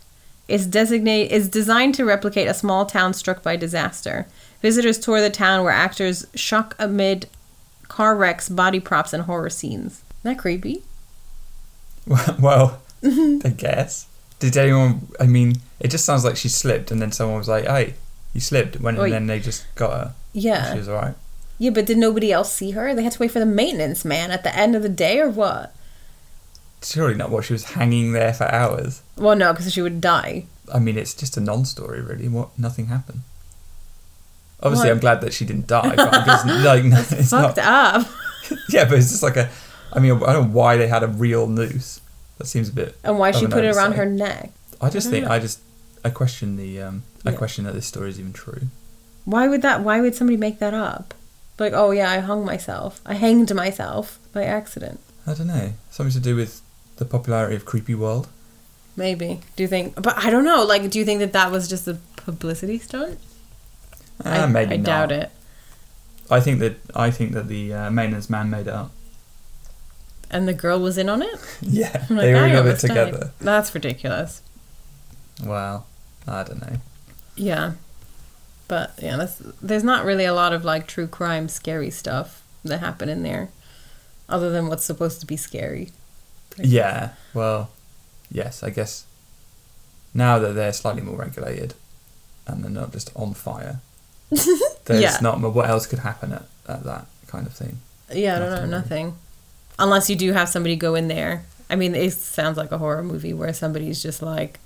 Speaker 1: It's designate is designed to replicate a small town struck by disaster. Visitors tour the town where actors shock amid car wrecks, body props, and horror scenes. Isn't that creepy?
Speaker 2: well,
Speaker 1: Mm-hmm.
Speaker 2: I guess. Did anyone? I mean, it just sounds like she slipped, and then someone was like, "Hey, you slipped," when
Speaker 1: Oi.
Speaker 2: and then they just got her. She
Speaker 1: Yeah.
Speaker 2: was all right.
Speaker 1: Yeah, but did nobody else see her? They had to wait for the maintenance man at the end of the day or what?
Speaker 2: Surely not. What she was hanging there for hours.
Speaker 1: Well, no, because she would die.
Speaker 2: I mean, it's just a non-story, really. What? Nothing happened. Obviously,
Speaker 1: What?
Speaker 2: I'm glad that she didn't die. But I'm just, like, no, it's
Speaker 1: Fucked
Speaker 2: not.
Speaker 1: up.
Speaker 2: Yeah, but it's just like a. I mean, I don't know why they had a real noose. That seems a bit.
Speaker 1: And why
Speaker 2: of
Speaker 1: she
Speaker 2: an
Speaker 1: put it around
Speaker 2: oversight.
Speaker 1: her neck.
Speaker 2: I just
Speaker 1: I don't
Speaker 2: think I just I question the um I
Speaker 1: Yeah.
Speaker 2: question that this story is even true.
Speaker 1: Why would that? Why would somebody make that up? Like, oh yeah, I hung myself. I hanged myself by accident.
Speaker 2: I don't know. Something to do with the popularity of creepy world.
Speaker 1: Maybe. Do you think? But I don't know. Like, do you think that that was just a publicity stunt?
Speaker 2: Ah,
Speaker 1: I,
Speaker 2: maybe
Speaker 1: I
Speaker 2: not.
Speaker 1: doubt it.
Speaker 2: I think that I think that the uh, maintenance man made it up.
Speaker 1: and the girl was in on it.
Speaker 2: Yeah,
Speaker 1: I'm like,
Speaker 2: they all
Speaker 1: I
Speaker 2: got it
Speaker 1: almost died.
Speaker 2: together.
Speaker 1: That's ridiculous.
Speaker 2: Well, I don't know.
Speaker 1: Yeah, but yeah, that's, there's not really a lot of like true crime, scary stuff that happen in there, other than what's supposed to be scary. Like-
Speaker 2: Yeah. Well, yes, I guess now that they're slightly more regulated and they're not just on fire, there's
Speaker 1: Yeah.
Speaker 2: not mu- what else could happen at, at that kind of thing.
Speaker 1: Yeah, I don't know
Speaker 2: Nothing really.
Speaker 1: nothing, unless you do have somebody go in there. I mean, it sounds like a horror movie where somebody's just like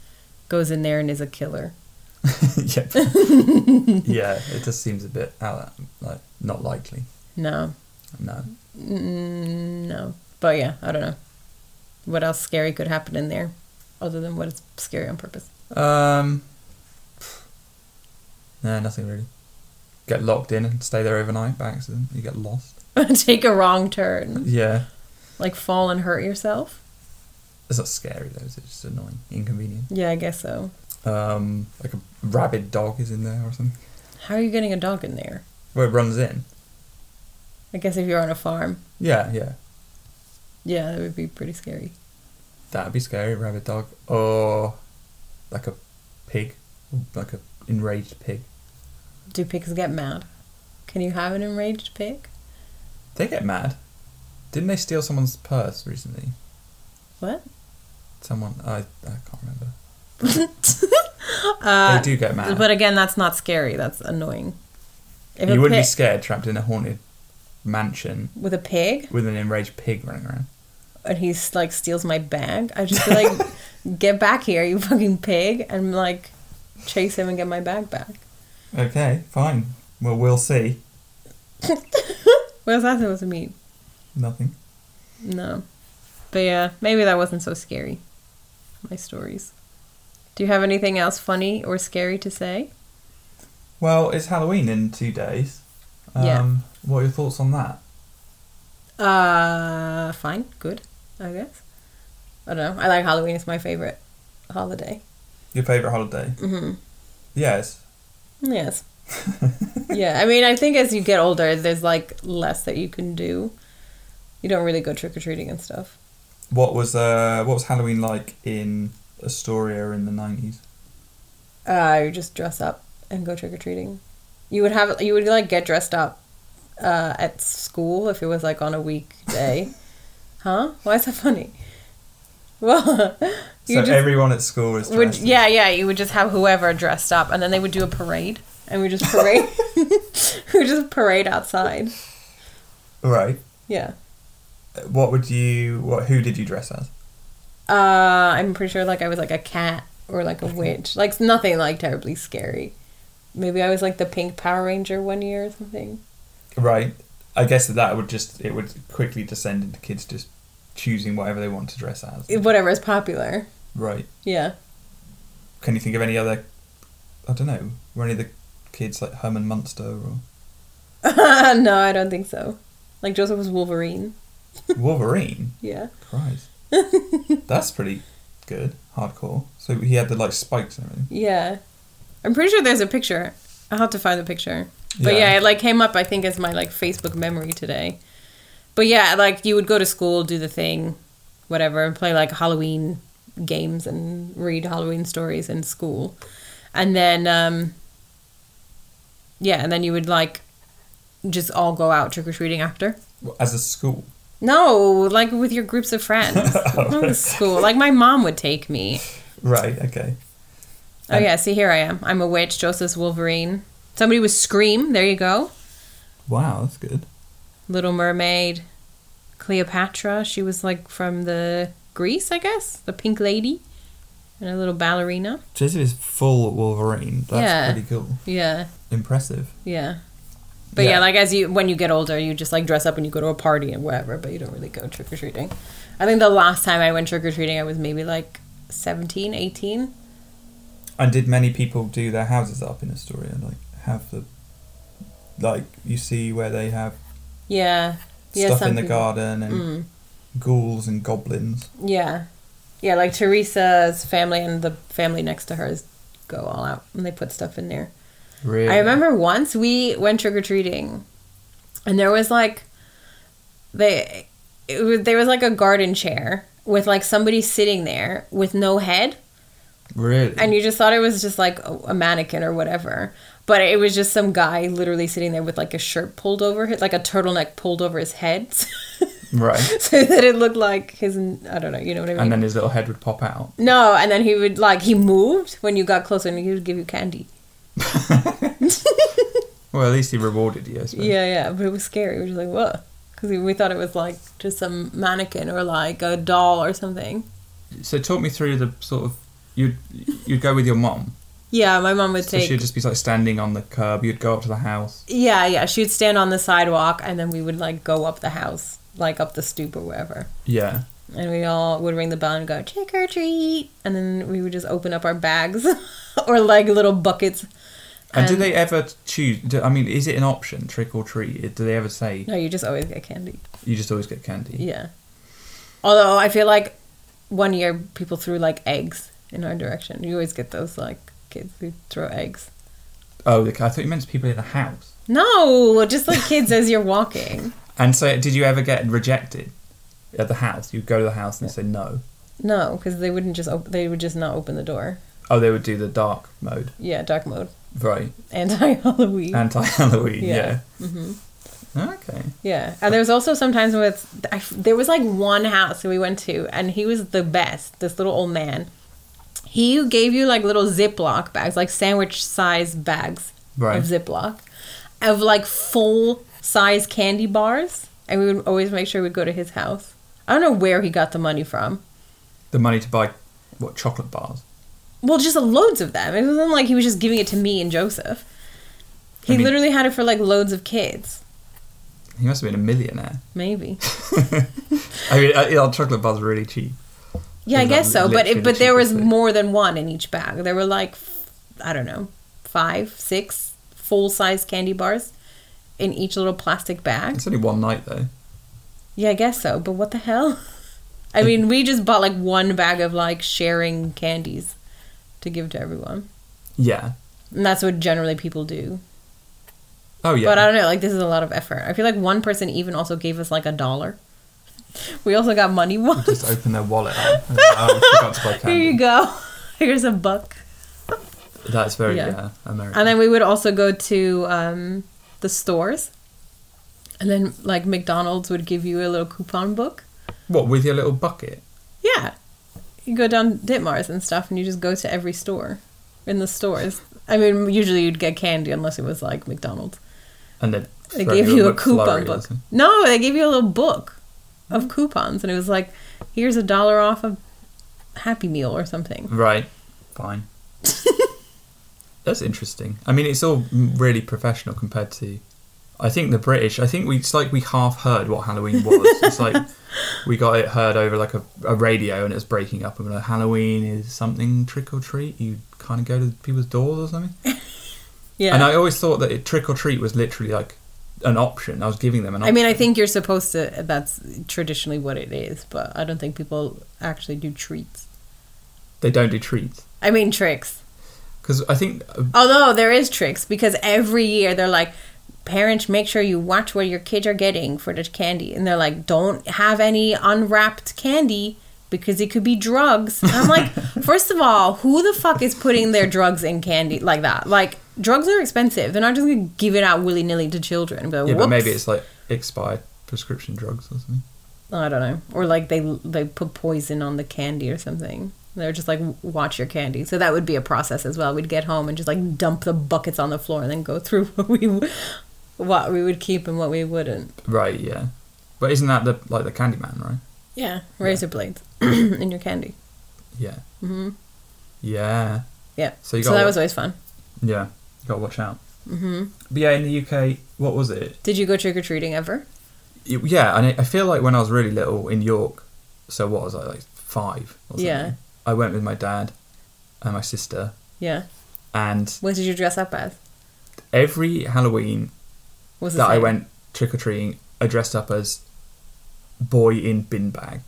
Speaker 1: goes in there and is a killer.
Speaker 2: yeah. yeah, it just seems a bit out like not likely.
Speaker 1: No,
Speaker 2: No.
Speaker 1: Mm, no, but yeah, I don't know what else scary could happen in there, other than what is scary on purpose.
Speaker 2: Um No, nothing really. Get locked in and stay there overnight by accident. You get lost.
Speaker 1: Take a wrong turn,
Speaker 2: Yeah.
Speaker 1: like fall and hurt yourself.
Speaker 2: It's not scary though, is it? it's just annoying, inconvenient.
Speaker 1: Yeah, I guess so.
Speaker 2: Um like a rabid dog is in there or something.
Speaker 1: How are you getting a dog in there?
Speaker 2: Well, it runs in.
Speaker 1: I guess if you're on a farm,
Speaker 2: Yeah, yeah.
Speaker 1: yeah, that would be pretty scary.
Speaker 2: That'd be scary, a rabid dog. Or like a pig. Like a enraged pig.
Speaker 1: Do pigs get mad? Can you have an enraged pig?
Speaker 2: They get mad. Didn't they steal someone's purse recently?
Speaker 1: What?
Speaker 2: Someone I I can't remember.
Speaker 1: Uh,
Speaker 2: they do get mad.
Speaker 1: But again, that's not scary. That's annoying. If
Speaker 2: you
Speaker 1: a
Speaker 2: wouldn't be
Speaker 1: pig
Speaker 2: scared trapped in a haunted mansion
Speaker 1: with a pig
Speaker 2: with an enraged pig running around.
Speaker 1: and he's like steals my bag, I just be like, get back here, you fucking pig, and like chase him and get my bag back.
Speaker 2: Okay, fine. Well, we'll see.
Speaker 1: What was that supposed to mean?
Speaker 2: Nothing.
Speaker 1: No. But yeah, maybe that wasn't so scary. My stories. Do you have anything else funny or scary to say?
Speaker 2: Well, it's Halloween in two days. Um,
Speaker 1: Yeah.
Speaker 2: What are your thoughts on that?
Speaker 1: Uh, fine, good, I guess. I don't know. I like Halloween. It's my favorite holiday.
Speaker 2: Your favourite holiday?
Speaker 1: hmm
Speaker 2: Yes.
Speaker 1: Yes. yeah, I mean, I think as you get older, there's like less that you can do. You don't really go trick or treating and stuff.
Speaker 2: What was uh What was Halloween like in Astoria in the nineties?
Speaker 1: Uh, you just dress up and go trick or treating. You would have you would like get dressed up uh, at school if it was like on a weekday, huh? Why is that funny? Well,
Speaker 2: So everyone at school was
Speaker 1: would
Speaker 2: dressed.
Speaker 1: yeah yeah you would just have whoever dressed up and then they would do a parade and we just parade we just parade outside
Speaker 2: Right.
Speaker 1: yeah
Speaker 2: What would you? What? Who did you dress as?
Speaker 1: uh i'm pretty sure like i was like a cat or like a witch like nothing like terribly scary maybe i was like the pink power ranger one year or something
Speaker 2: Right. I guess that, that would just it would quickly descend into kids just choosing whatever they want to dress as.
Speaker 1: whatever is popular
Speaker 2: Right.
Speaker 1: yeah
Speaker 2: Can you think of any other? I don't know. Were any of the kids like Herman Munster or
Speaker 1: no i don't think so like joseph was wolverine
Speaker 2: Wolverine?
Speaker 1: yeah
Speaker 2: Christ, that's pretty good. Hardcore. So he had the like spikes and everything.
Speaker 1: yeah i'm pretty sure there's a picture i'll have to find the picture But
Speaker 2: Yeah.
Speaker 1: yeah. it like came up I think as my like Facebook memory today. But yeah, like you would go to school, do the thing, whatever, and play like Halloween games and read Halloween stories in school. And then um yeah, and then you would like just all go out trick or treating after.
Speaker 2: As a school.
Speaker 1: No, like with your groups of friends. Not with school. Like my mom would take me.
Speaker 2: Right. Okay. Um,
Speaker 1: Oh yeah, see here I am. I'm a witch, Joseph's Wolverine. Somebody was Scream, there you go.
Speaker 2: Wow, that's good.
Speaker 1: Little Mermaid, Cleopatra. She was like from the Greece, I guess, the Pink Lady, and a little ballerina.
Speaker 2: Joseph is full Wolverine. That's
Speaker 1: Yeah.
Speaker 2: pretty cool.
Speaker 1: Yeah,
Speaker 2: Impressive.
Speaker 1: yeah. But yeah.
Speaker 2: Yeah.
Speaker 1: like as you when you get older, you just like dress up and you go to a party and whatever, but you don't really go trick or treating. I think the last time I went trick or treating, I was maybe like 17, 18.
Speaker 2: And did many people do their houses up in Astoria? Like have the like you see where they have
Speaker 1: Yeah. Yeah,
Speaker 2: stuff
Speaker 1: some
Speaker 2: in the
Speaker 1: people-
Speaker 2: garden and
Speaker 1: Mm.
Speaker 2: ghouls and goblins.
Speaker 1: Yeah. Yeah, like Teresa's family and the family next to hers go all out and they put stuff in there.
Speaker 2: Really?
Speaker 1: I remember once we went trick or treating and there was like they it, was- there was like a garden chair with like somebody sitting there with no head
Speaker 2: Really?
Speaker 1: and you just thought it was just like a, a mannequin or whatever but it was just some guy literally sitting there with like a shirt pulled over his like a turtleneck pulled over his head
Speaker 2: right.
Speaker 1: so that it looked like his i don't know you know what i mean
Speaker 2: And then his little head would pop out.
Speaker 1: no and then he would like he moved when you got closer and he would give you candy
Speaker 2: Well, at least he rewarded you, I suppose.
Speaker 1: Yeah, yeah, but it was scary. We were just like, what? Because we thought it was like just some mannequin or like a doll or something.
Speaker 2: So talk me through the sort of you'd you'd go with your mom.
Speaker 1: Yeah, my mom would
Speaker 2: So
Speaker 1: take.
Speaker 2: she'd just be like standing on the curb. You'd go up to the house.
Speaker 1: yeah, yeah, she would stand on the sidewalk and then we would like go up the house, like up the stoop or wherever.
Speaker 2: Yeah.
Speaker 1: And we all would ring the bell and go, trick or treat. And then we would just open up our bags or like little buckets.
Speaker 2: And, do
Speaker 1: And-
Speaker 2: they ever choose? Do, I mean, is it an option, trick or treat? Do they ever say
Speaker 1: No, you just always get candy.
Speaker 2: you just always get candy?
Speaker 1: Yeah. Although I feel like one year people threw like eggs in our direction. You always get those like kids who throw eggs.
Speaker 2: Oh, okay. I thought you meant people in the house.
Speaker 1: No, just like kids as you're walking.
Speaker 2: And so, did you ever get rejected at the house? You'd go to the house and they say no.
Speaker 1: No, because they wouldn't just op- they would just not open the door.
Speaker 2: Oh, they would do the dark mode,
Speaker 1: Yeah, dark mode,
Speaker 2: right?
Speaker 1: anti Halloween.
Speaker 2: Anti Halloween, yeah.
Speaker 1: Yeah. hmm
Speaker 2: Okay.
Speaker 1: Yeah, and there was also sometimes with I, there was like one house that we went to, and he was the best. This little old man, he gave you like little Ziploc bags, like sandwich size bags
Speaker 2: Right.
Speaker 1: of Ziploc, of like full size candy bars, and we would always make sure we'd go to his house. I don't know where he got the money from.
Speaker 2: The money to buy what chocolate bars?
Speaker 1: Well, just loads of them. It wasn't like he was just giving it to me and Joseph. He
Speaker 2: I mean-
Speaker 1: literally had it for like loads of kids,
Speaker 2: He must have been a millionaire.
Speaker 1: maybe.
Speaker 2: I mean, uh, yeah, chocolate bars are really cheap.
Speaker 1: Yeah, I
Speaker 2: Isn't that
Speaker 1: guess so. But
Speaker 2: literally
Speaker 1: it,
Speaker 2: the
Speaker 1: but there was
Speaker 2: cheapest thing?
Speaker 1: more than one in each bag. There were like, f- I don't know, five, six full size candy bars in each little plastic bag.
Speaker 2: It's only one night though.
Speaker 1: Yeah, I guess so. But what the hell? I mean, we just bought like one bag of like sharing candies to give to everyone.
Speaker 2: Yeah.
Speaker 1: And that's what generally people do.
Speaker 2: Oh yeah.
Speaker 1: But I don't know, like this is a lot of effort. I feel like one person even also gave us like a dollar. We also got money once.
Speaker 2: Just open their wallet. Up. oh, I forgot to buy
Speaker 1: Here
Speaker 2: candy.
Speaker 1: you go. Here's a buck.
Speaker 2: That's very yeah,
Speaker 1: Yeah.
Speaker 2: American.
Speaker 1: And then we would also go to um, the stores. And then like McDonald's would give you a little coupon book.
Speaker 2: what with your little bucket?
Speaker 1: Yeah. You go down Ditmars and stuff and you just go to every store in the stores. I mean, usually you'd get candy unless it was like McDonald's.
Speaker 2: And then
Speaker 1: They gave you a coupon book. No, they gave you a little book of coupons, and it was like, here's a dollar off a Happy Meal or something.
Speaker 2: Right. Fine. That's interesting. I mean, it's all really professional compared to. I think the British. I think we. It's like we half heard what Halloween was. it's like we got it heard over like a, a radio, and it was breaking up. And we're like, Halloween is something trick or treat. You kind of go to people's doors or something.
Speaker 1: Yeah.
Speaker 2: And
Speaker 1: I,
Speaker 2: I always thought that it, trick or treat was literally like an option. I was giving them an. option.
Speaker 1: mean, I think you're supposed to. That's traditionally what it is, but I don't think people actually do treats.
Speaker 2: they don't do treats
Speaker 1: I mean, tricks.
Speaker 2: because I think
Speaker 1: Although there is tricks because every year they're like, parents, make sure you watch what your kids are getting for the candy, and they're like, don't have any unwrapped candy. Because it could be drugs. And I'm like, first of all, who the fuck is putting their drugs in candy like that? Like, drugs are expensive. They're not just gonna give it out willy nilly to children. and be like,
Speaker 2: yeah, but maybe
Speaker 1: "Whoops."
Speaker 2: it's like expired prescription drugs or something.
Speaker 1: I don't know, or like they they put poison on the candy or something. They're just like watch your candy. So that would be a process as well. We'd get home and just like dump the buckets on the floor and then go through what we what we would keep and what we wouldn't.
Speaker 2: Right, yeah. But isn't that the like the Candyman, right?
Speaker 1: Yeah, razor blades in your candy.
Speaker 2: Yeah.
Speaker 1: hmm
Speaker 2: Yeah.
Speaker 1: Yeah.
Speaker 2: So you
Speaker 1: so
Speaker 2: gotta
Speaker 1: that was
Speaker 2: wa-
Speaker 1: always fun.
Speaker 2: Yeah. You gotta watch out.
Speaker 1: hmm
Speaker 2: But yeah, in the UK, what was it?
Speaker 1: Did you go trick or treating ever?
Speaker 2: It- yeah, and I I feel like when I was really little in York, so what was I like five or something?
Speaker 1: Yeah.
Speaker 2: I went with my dad and my sister,
Speaker 1: Yeah.
Speaker 2: and
Speaker 1: What did you dress up as?
Speaker 2: every Halloween
Speaker 1: Was the
Speaker 2: that I
Speaker 1: same?
Speaker 2: went trick or treating, I dressed up as boy in bin bag.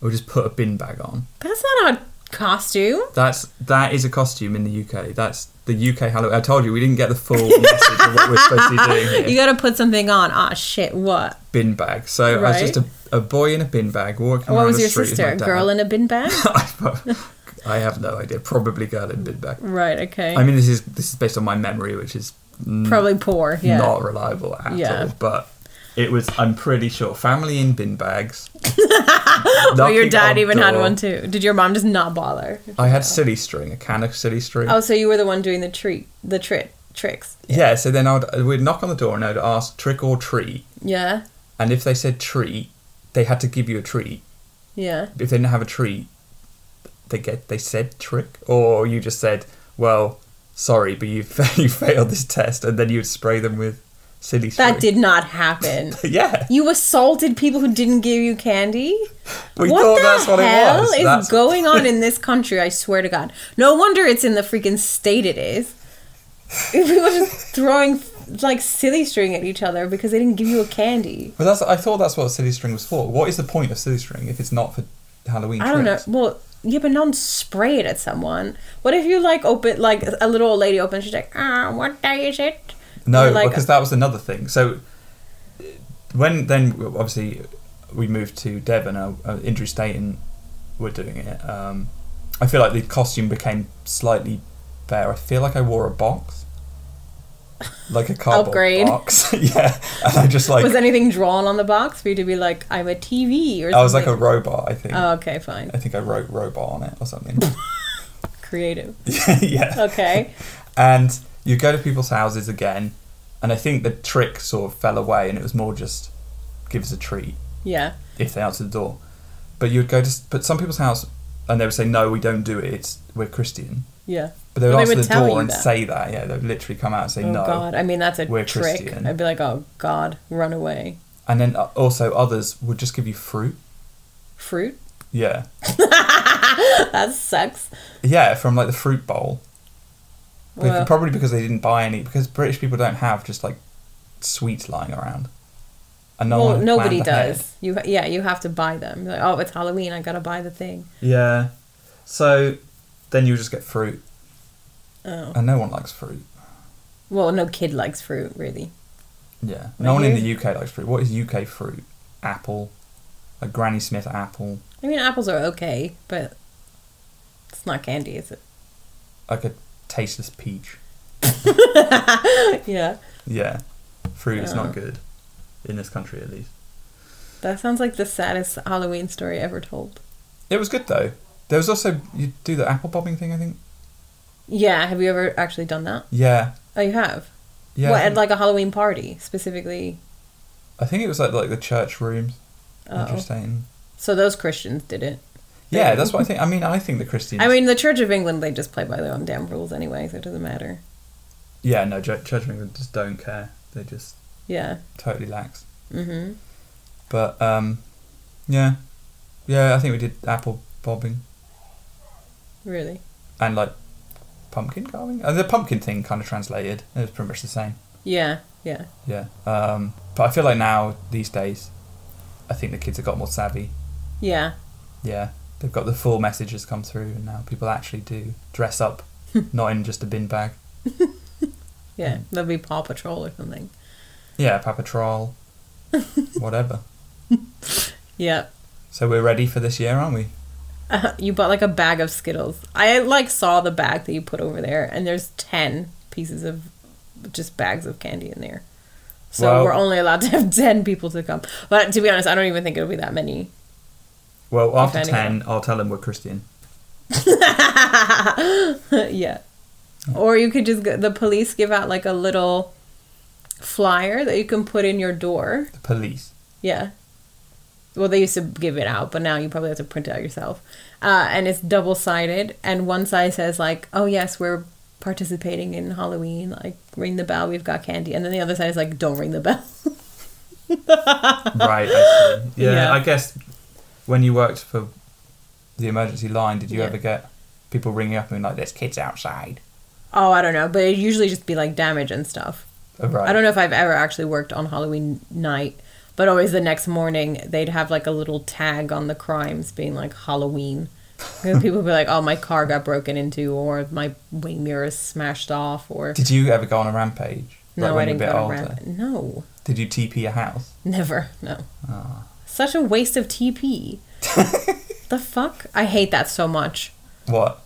Speaker 2: I would just put a bin bag on.
Speaker 1: That's not how costume.
Speaker 2: That's that is a costume in the UK. That's the UK Halloween. I told you we didn't get the full message of what we're supposed to be doing here.
Speaker 1: You got to put something on. Ah, shit. What?
Speaker 2: bin bag. So I
Speaker 1: Right.
Speaker 2: was just a, a boy in a bin bag walking
Speaker 1: what
Speaker 2: around
Speaker 1: was
Speaker 2: the
Speaker 1: your
Speaker 2: street with
Speaker 1: sister?
Speaker 2: my
Speaker 1: A
Speaker 2: dad.
Speaker 1: girl in a bin bag?
Speaker 2: I have no idea. Probably girl in bin bag.
Speaker 1: right. Okay.
Speaker 2: I mean, this is this is based on my memory, which is n-
Speaker 1: Probably poor. Yeah.
Speaker 2: Mm. not reliable at
Speaker 1: Yeah.
Speaker 2: all. But it was. I'm pretty sure family in bin bags.
Speaker 1: or your
Speaker 2: Knocking
Speaker 1: dad
Speaker 2: on
Speaker 1: even had
Speaker 2: door.
Speaker 1: one too. Did your mom just not bother?
Speaker 2: I had silly string, a can of silly string.
Speaker 1: Oh, so you were the one doing the treat, the trick tricks.
Speaker 2: Yeah. So then I would we'd knock on the door and I'd ask trick or treat,
Speaker 1: Yeah.
Speaker 2: and if they said treat, they had to give you a treat.
Speaker 1: Yeah.
Speaker 2: if they didn't have a treat, they get they said trick, or you just said, "Well, sorry, but you fa- you failed this test," and then you'd spray them with silly.
Speaker 1: That
Speaker 2: string.
Speaker 1: did not happen.
Speaker 2: Yeah,
Speaker 1: You assaulted people who didn't give you candy?
Speaker 2: we
Speaker 1: what
Speaker 2: thought
Speaker 1: the
Speaker 2: that's what
Speaker 1: hell
Speaker 2: it was.
Speaker 1: is
Speaker 2: That's-
Speaker 1: going on in this country? I swear to God. No wonder it's in the freaking state it is. People were just throwing like silly string at each other because they didn't give you a candy.
Speaker 2: But that's I thought that's what silly string was for. What is the point of silly string if it's not for Halloween?
Speaker 1: I don't know.
Speaker 2: tricks?
Speaker 1: Well, yeah, but don't spray it at someone. What if you like open like a little old lady opens? She's like, ah, what day is it?
Speaker 2: No,
Speaker 1: Or, like,
Speaker 2: because that was another thing. So uh, when then obviously we moved to Devon, uh, uh, Andrew Staten were doing it. Um, I feel like the costume became slightly better. I feel like I wore a box, like a cardboard
Speaker 1: Upgrade.
Speaker 2: box. yeah, and I just like
Speaker 1: was anything drawn on the box for you to be like, I'm a TV or something?
Speaker 2: I was like a robot. I think
Speaker 1: Oh, okay, fine.
Speaker 2: I think I wrote robot on it or something.
Speaker 1: Creative.
Speaker 2: yeah.
Speaker 1: Okay.
Speaker 2: and you go to people's houses again, and I think the trick sort of fell away, and it was more just give us a treat.
Speaker 1: Yeah.
Speaker 2: if they answered the door. But you'd go to s- but some people's house, and they would say, "No, we don't do it. It's we're Christian."
Speaker 1: Yeah.
Speaker 2: But they would
Speaker 1: But they
Speaker 2: answer
Speaker 1: would
Speaker 2: the
Speaker 1: tell you
Speaker 2: door and
Speaker 1: that.
Speaker 2: say that. Yeah, they'd literally come out and say
Speaker 1: Oh
Speaker 2: no.
Speaker 1: God! I mean, that's a
Speaker 2: We're
Speaker 1: trick.
Speaker 2: Christian.
Speaker 1: I'd be like, oh God, run away.
Speaker 2: And then uh, also others would just give you fruit.
Speaker 1: Fruit?
Speaker 2: Yeah,
Speaker 1: That sucks.
Speaker 2: yeah, from like the fruit bowl. But
Speaker 1: Well-
Speaker 2: Probably because they didn't buy any. Because British people don't have just like sweets lying around. And no
Speaker 1: well,
Speaker 2: one
Speaker 1: nobody
Speaker 2: planned ahead.
Speaker 1: does. You yeah, you have to buy them. You're like, oh, it's Halloween. I gotta buy the thing.
Speaker 2: Yeah. So then you just get fruit,
Speaker 1: Oh.
Speaker 2: and no one likes fruit.
Speaker 1: Well, no kid likes fruit really.
Speaker 2: Yeah.
Speaker 1: Right
Speaker 2: No one in
Speaker 1: here?
Speaker 2: the UK likes fruit. What is UK fruit? Apple. A Granny Smith apple.
Speaker 1: I mean, apples are okay, but it's not candy, is it?
Speaker 2: Like a tasteless peach.
Speaker 1: yeah.
Speaker 2: Yeah. Fruit is
Speaker 1: Yeah.
Speaker 2: not good. In this country, at least.
Speaker 1: That sounds like the saddest Halloween story ever told.
Speaker 2: It was good, though. There was also. You do the apple bobbing thing, I think?
Speaker 1: Yeah. Have you ever actually done that?
Speaker 2: Yeah.
Speaker 1: Oh, you have.
Speaker 2: Yeah.
Speaker 1: What
Speaker 2: I,
Speaker 1: at
Speaker 2: think,
Speaker 1: like a Halloween party specifically?
Speaker 2: I think it was like like the church rooms.
Speaker 1: Oh.
Speaker 2: Interesting.
Speaker 1: So those Christians did it.
Speaker 2: Yeah, that's what I think. I mean, I think the Christians.
Speaker 1: I mean, the Church of England, they just play by their own damn rules anyway, so it doesn't matter.
Speaker 2: Yeah, no, Church, church of England just don't care. They just
Speaker 1: Yeah.
Speaker 2: totally lax.
Speaker 1: Mm-hmm.
Speaker 2: But, um, yeah. Yeah, I think we did apple bobbing.
Speaker 1: Really.
Speaker 2: and like pumpkin carving. Uh, the pumpkin thing kind of translated. It was pretty much the same.
Speaker 1: Yeah. Yeah.
Speaker 2: Yeah. Um, but I feel like now these days, I think the kids have got more savvy.
Speaker 1: Yeah.
Speaker 2: Yeah, they've got the full messages come through, and now people actually do dress up, not in just a bin bag.
Speaker 1: Yeah.
Speaker 2: Mm.
Speaker 1: That'd be Paw Patrol or something.
Speaker 2: Yeah, Papa Troll, whatever.
Speaker 1: Yeah.
Speaker 2: So we're ready for this year, aren't we?
Speaker 1: Uh, you bought like a bag of Skittles. I like saw the bag that you put over there, and there's ten pieces of just bags of candy in there. So
Speaker 2: Well-
Speaker 1: we're only allowed to have ten people to come. But to be honest, I don't even think it'll be that many.
Speaker 2: Well, after
Speaker 1: If anyone.
Speaker 2: ten, I'll tell them we're Christian.
Speaker 1: yeah. Or you could just go, the police give out like a little flyer that you can put in your door.
Speaker 2: The police.
Speaker 1: Yeah. Well, they used to give it out, but now you probably have to print it out yourself. Uh, and it's double sided, and one side says like, "Oh yes, we're participating in Halloween. Like, ring the bell. We've got candy." And then the other side is like, "Don't ring the bell."
Speaker 2: right. I see. Yeah,
Speaker 1: Yeah.
Speaker 2: I guess when you worked for the emergency line, did you
Speaker 1: Yeah.
Speaker 2: ever get people ringing up and being like, "There's kids outside"?
Speaker 1: oh, I don't know, but it usually just be like damage and stuff.
Speaker 2: Oh, right.
Speaker 1: I don't know if I've ever actually worked on Halloween night, but always the next morning they'd have like a little tag on the crimes being like Halloween. And people be like, "Oh, my car got broken into, or my wing mirror is smashed off, or
Speaker 2: Did you ever go on a rampage?
Speaker 1: no, I
Speaker 2: when you're
Speaker 1: didn't
Speaker 2: a bit
Speaker 1: go to
Speaker 2: older?
Speaker 1: rabbit." No,
Speaker 2: Did you TP a house?
Speaker 1: never, no.
Speaker 2: Ah.
Speaker 1: Such a waste of TP. the fuck? I hate that so much.
Speaker 2: What?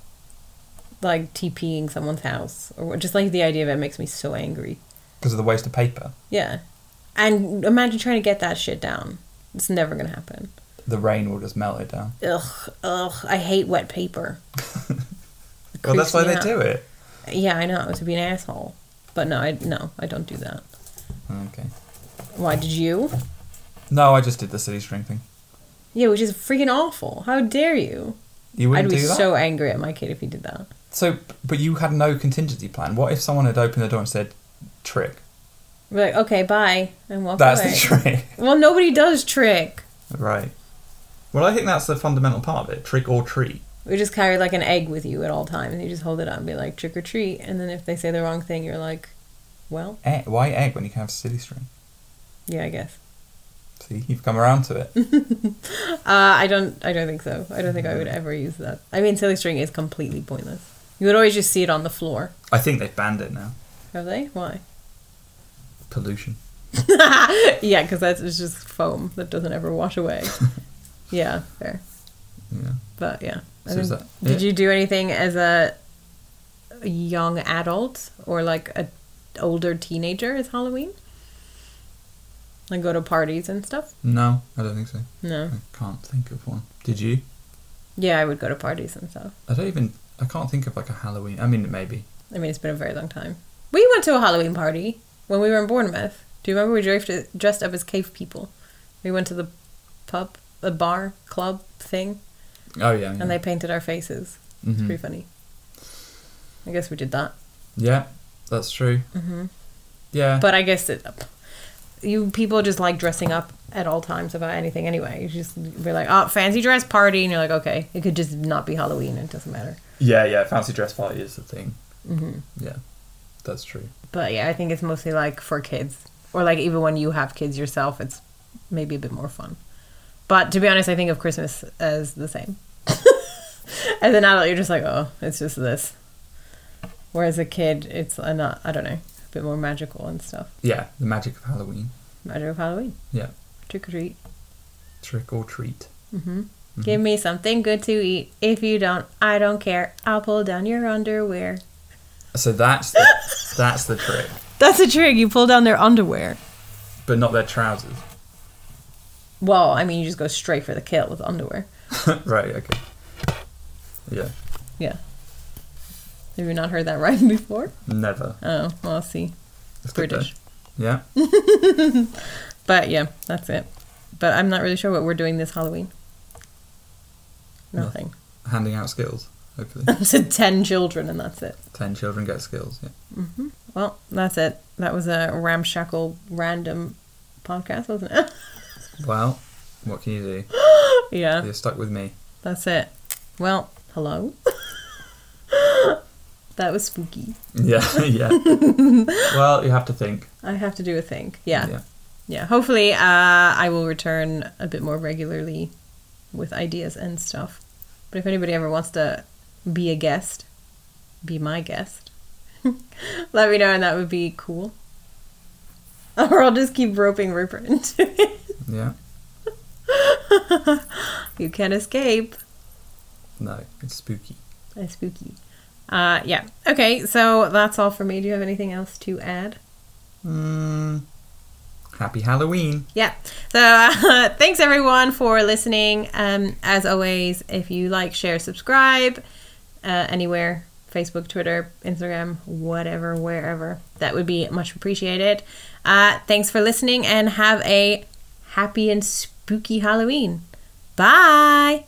Speaker 1: Like TPing someone's house, or just like the idea of it makes me so angry.
Speaker 2: Because of the waste of paper,
Speaker 1: Yeah, and imagine trying to get that shit down. It's never gonna happen.
Speaker 2: the rain will just melt it down.
Speaker 1: Ugh, ugh. I hate wet paper. It
Speaker 2: Well, that's
Speaker 1: creeps
Speaker 2: why
Speaker 1: me
Speaker 2: they
Speaker 1: out.
Speaker 2: do it.
Speaker 1: Yeah, I know to be an asshole, but no, I no, I don't do that.
Speaker 2: Okay.
Speaker 1: Why did you?
Speaker 2: No, I just did the silly string thing.
Speaker 1: Yeah, which is freaking awful. How dare you?
Speaker 2: You wouldn't
Speaker 1: I'd be
Speaker 2: do that.
Speaker 1: so angry at my kid if he did that.
Speaker 2: So, but you had no contingency plan. What if someone had opened the door and said, "Trick"?
Speaker 1: I'd be like, okay, bye, and walk
Speaker 2: That's
Speaker 1: away.
Speaker 2: the trick,
Speaker 1: well, nobody does trick.
Speaker 2: right? Well, I think that's the fundamental part of it: trick or treat.
Speaker 1: We just carry like an egg with you at all times, and you just hold it up and be like trick or treat. And then if they say the wrong thing, you're like, well,
Speaker 2: Egg. Why egg when you can have silly string?
Speaker 1: yeah, I guess.
Speaker 2: See, you've come around to
Speaker 1: Mm.
Speaker 2: it.
Speaker 1: Uh, I don't, I don't think so. I don't think I would ever use that. I mean, silly string is completely pointless. You would always just see it on the floor.
Speaker 2: I think they've banned it now.
Speaker 1: Have they? Why?
Speaker 2: Pollution.
Speaker 1: yeah, because that's it's just foam that doesn't ever wash away. yeah, fair.
Speaker 2: Yeah.
Speaker 1: But yeah. I
Speaker 2: So is
Speaker 1: think-
Speaker 2: that
Speaker 1: did
Speaker 2: it?
Speaker 1: you do anything as a a young adult or like a older teenager as Halloween? Like go to parties and stuff?
Speaker 2: No, I don't think so.
Speaker 1: No.
Speaker 2: I can't think of one. Did you?
Speaker 1: Yeah, I would go to parties and stuff.
Speaker 2: I don't even. I can't think of like a Halloween. I mean, maybe.
Speaker 1: I mean, it's been a very long time. We went to a Halloween party when we were in Bournemouth. Do you remember we dressed dressed up as cave people? We went to the pub, the bar, club thing,
Speaker 2: Oh yeah. yeah.
Speaker 1: and they painted our faces. It's
Speaker 2: Mhm.
Speaker 1: pretty funny. I guess we did that.
Speaker 2: Yeah, that's true. Mm-hmm. Yeah.
Speaker 1: But I guess it, you people just like dressing up at all times about anything anyway. You just be like, oh, fancy dress party, and you're like, okay, it could just not be Halloween. It doesn't matter.
Speaker 2: yeah, yeah. Fancy dress party is the thing. Mm-hmm. Yeah, that's true.
Speaker 1: But yeah, I think it's mostly like for kids, or like even when you have kids yourself, it's maybe a bit more fun. But to be honest, I think of Christmas as the same. as an adult, you're just like, oh, it's just this. Whereas a kid, it's a not, I don't know, a bit more magical and stuff.
Speaker 2: Yeah, the magic of Halloween.
Speaker 1: Magic of Halloween,
Speaker 2: Yeah,
Speaker 1: trick or treat.
Speaker 2: trick or treat.
Speaker 1: Give me something good to eat. If you don't, I don't care. I'll pull down your underwear.
Speaker 2: So that's the, that's the trick,
Speaker 1: That's a trick. You pull down their underwear.
Speaker 2: but not their trousers.
Speaker 1: Well, I mean, you just go straight for the kill with underwear.
Speaker 2: right. Okay. Yeah.
Speaker 1: Yeah. Have you not heard that rhyme before?
Speaker 2: Never.
Speaker 1: Oh, well, I'll see.
Speaker 2: It's good though.
Speaker 1: British.
Speaker 2: Yeah.
Speaker 1: But yeah, that's it. But I'm not really sure what we're doing this Halloween. Nothing.
Speaker 2: Handing out skills. Hopefully,
Speaker 1: to 10 children, and that's it.
Speaker 2: ten children get skills. Yeah.
Speaker 1: Well, that's it. That was a ramshackle, random podcast, wasn't it?
Speaker 2: Well, what can you do?
Speaker 1: yeah.
Speaker 2: You're stuck with me.
Speaker 1: That's it. Well, hello. that was spooky.
Speaker 2: Yeah. Yeah. well, you have to think.
Speaker 1: I have to do a thing. Yeah. Yeah.
Speaker 2: Yeah.
Speaker 1: Hopefully, uh, I will return a bit more regularly with ideas and stuff. But if anybody ever wants to be a guest, be my guest, let me know, and that would be cool. Or I'll just keep roping Rupert into it.
Speaker 2: Yeah.
Speaker 1: You can't escape.
Speaker 2: No, it's spooky.
Speaker 1: That's spooky. Uh, yeah. Okay, so that's all for me. Do you have anything else to add?
Speaker 2: Mm. Happy Halloween.
Speaker 1: Yeah. So uh, thanks everyone for listening. Um, as always, if you like, share, subscribe uh, anywhere Facebook, Twitter, Instagram, whatever, wherever. That would be much appreciated. Uh, thanks for listening and have a happy and spooky Halloween. Bye.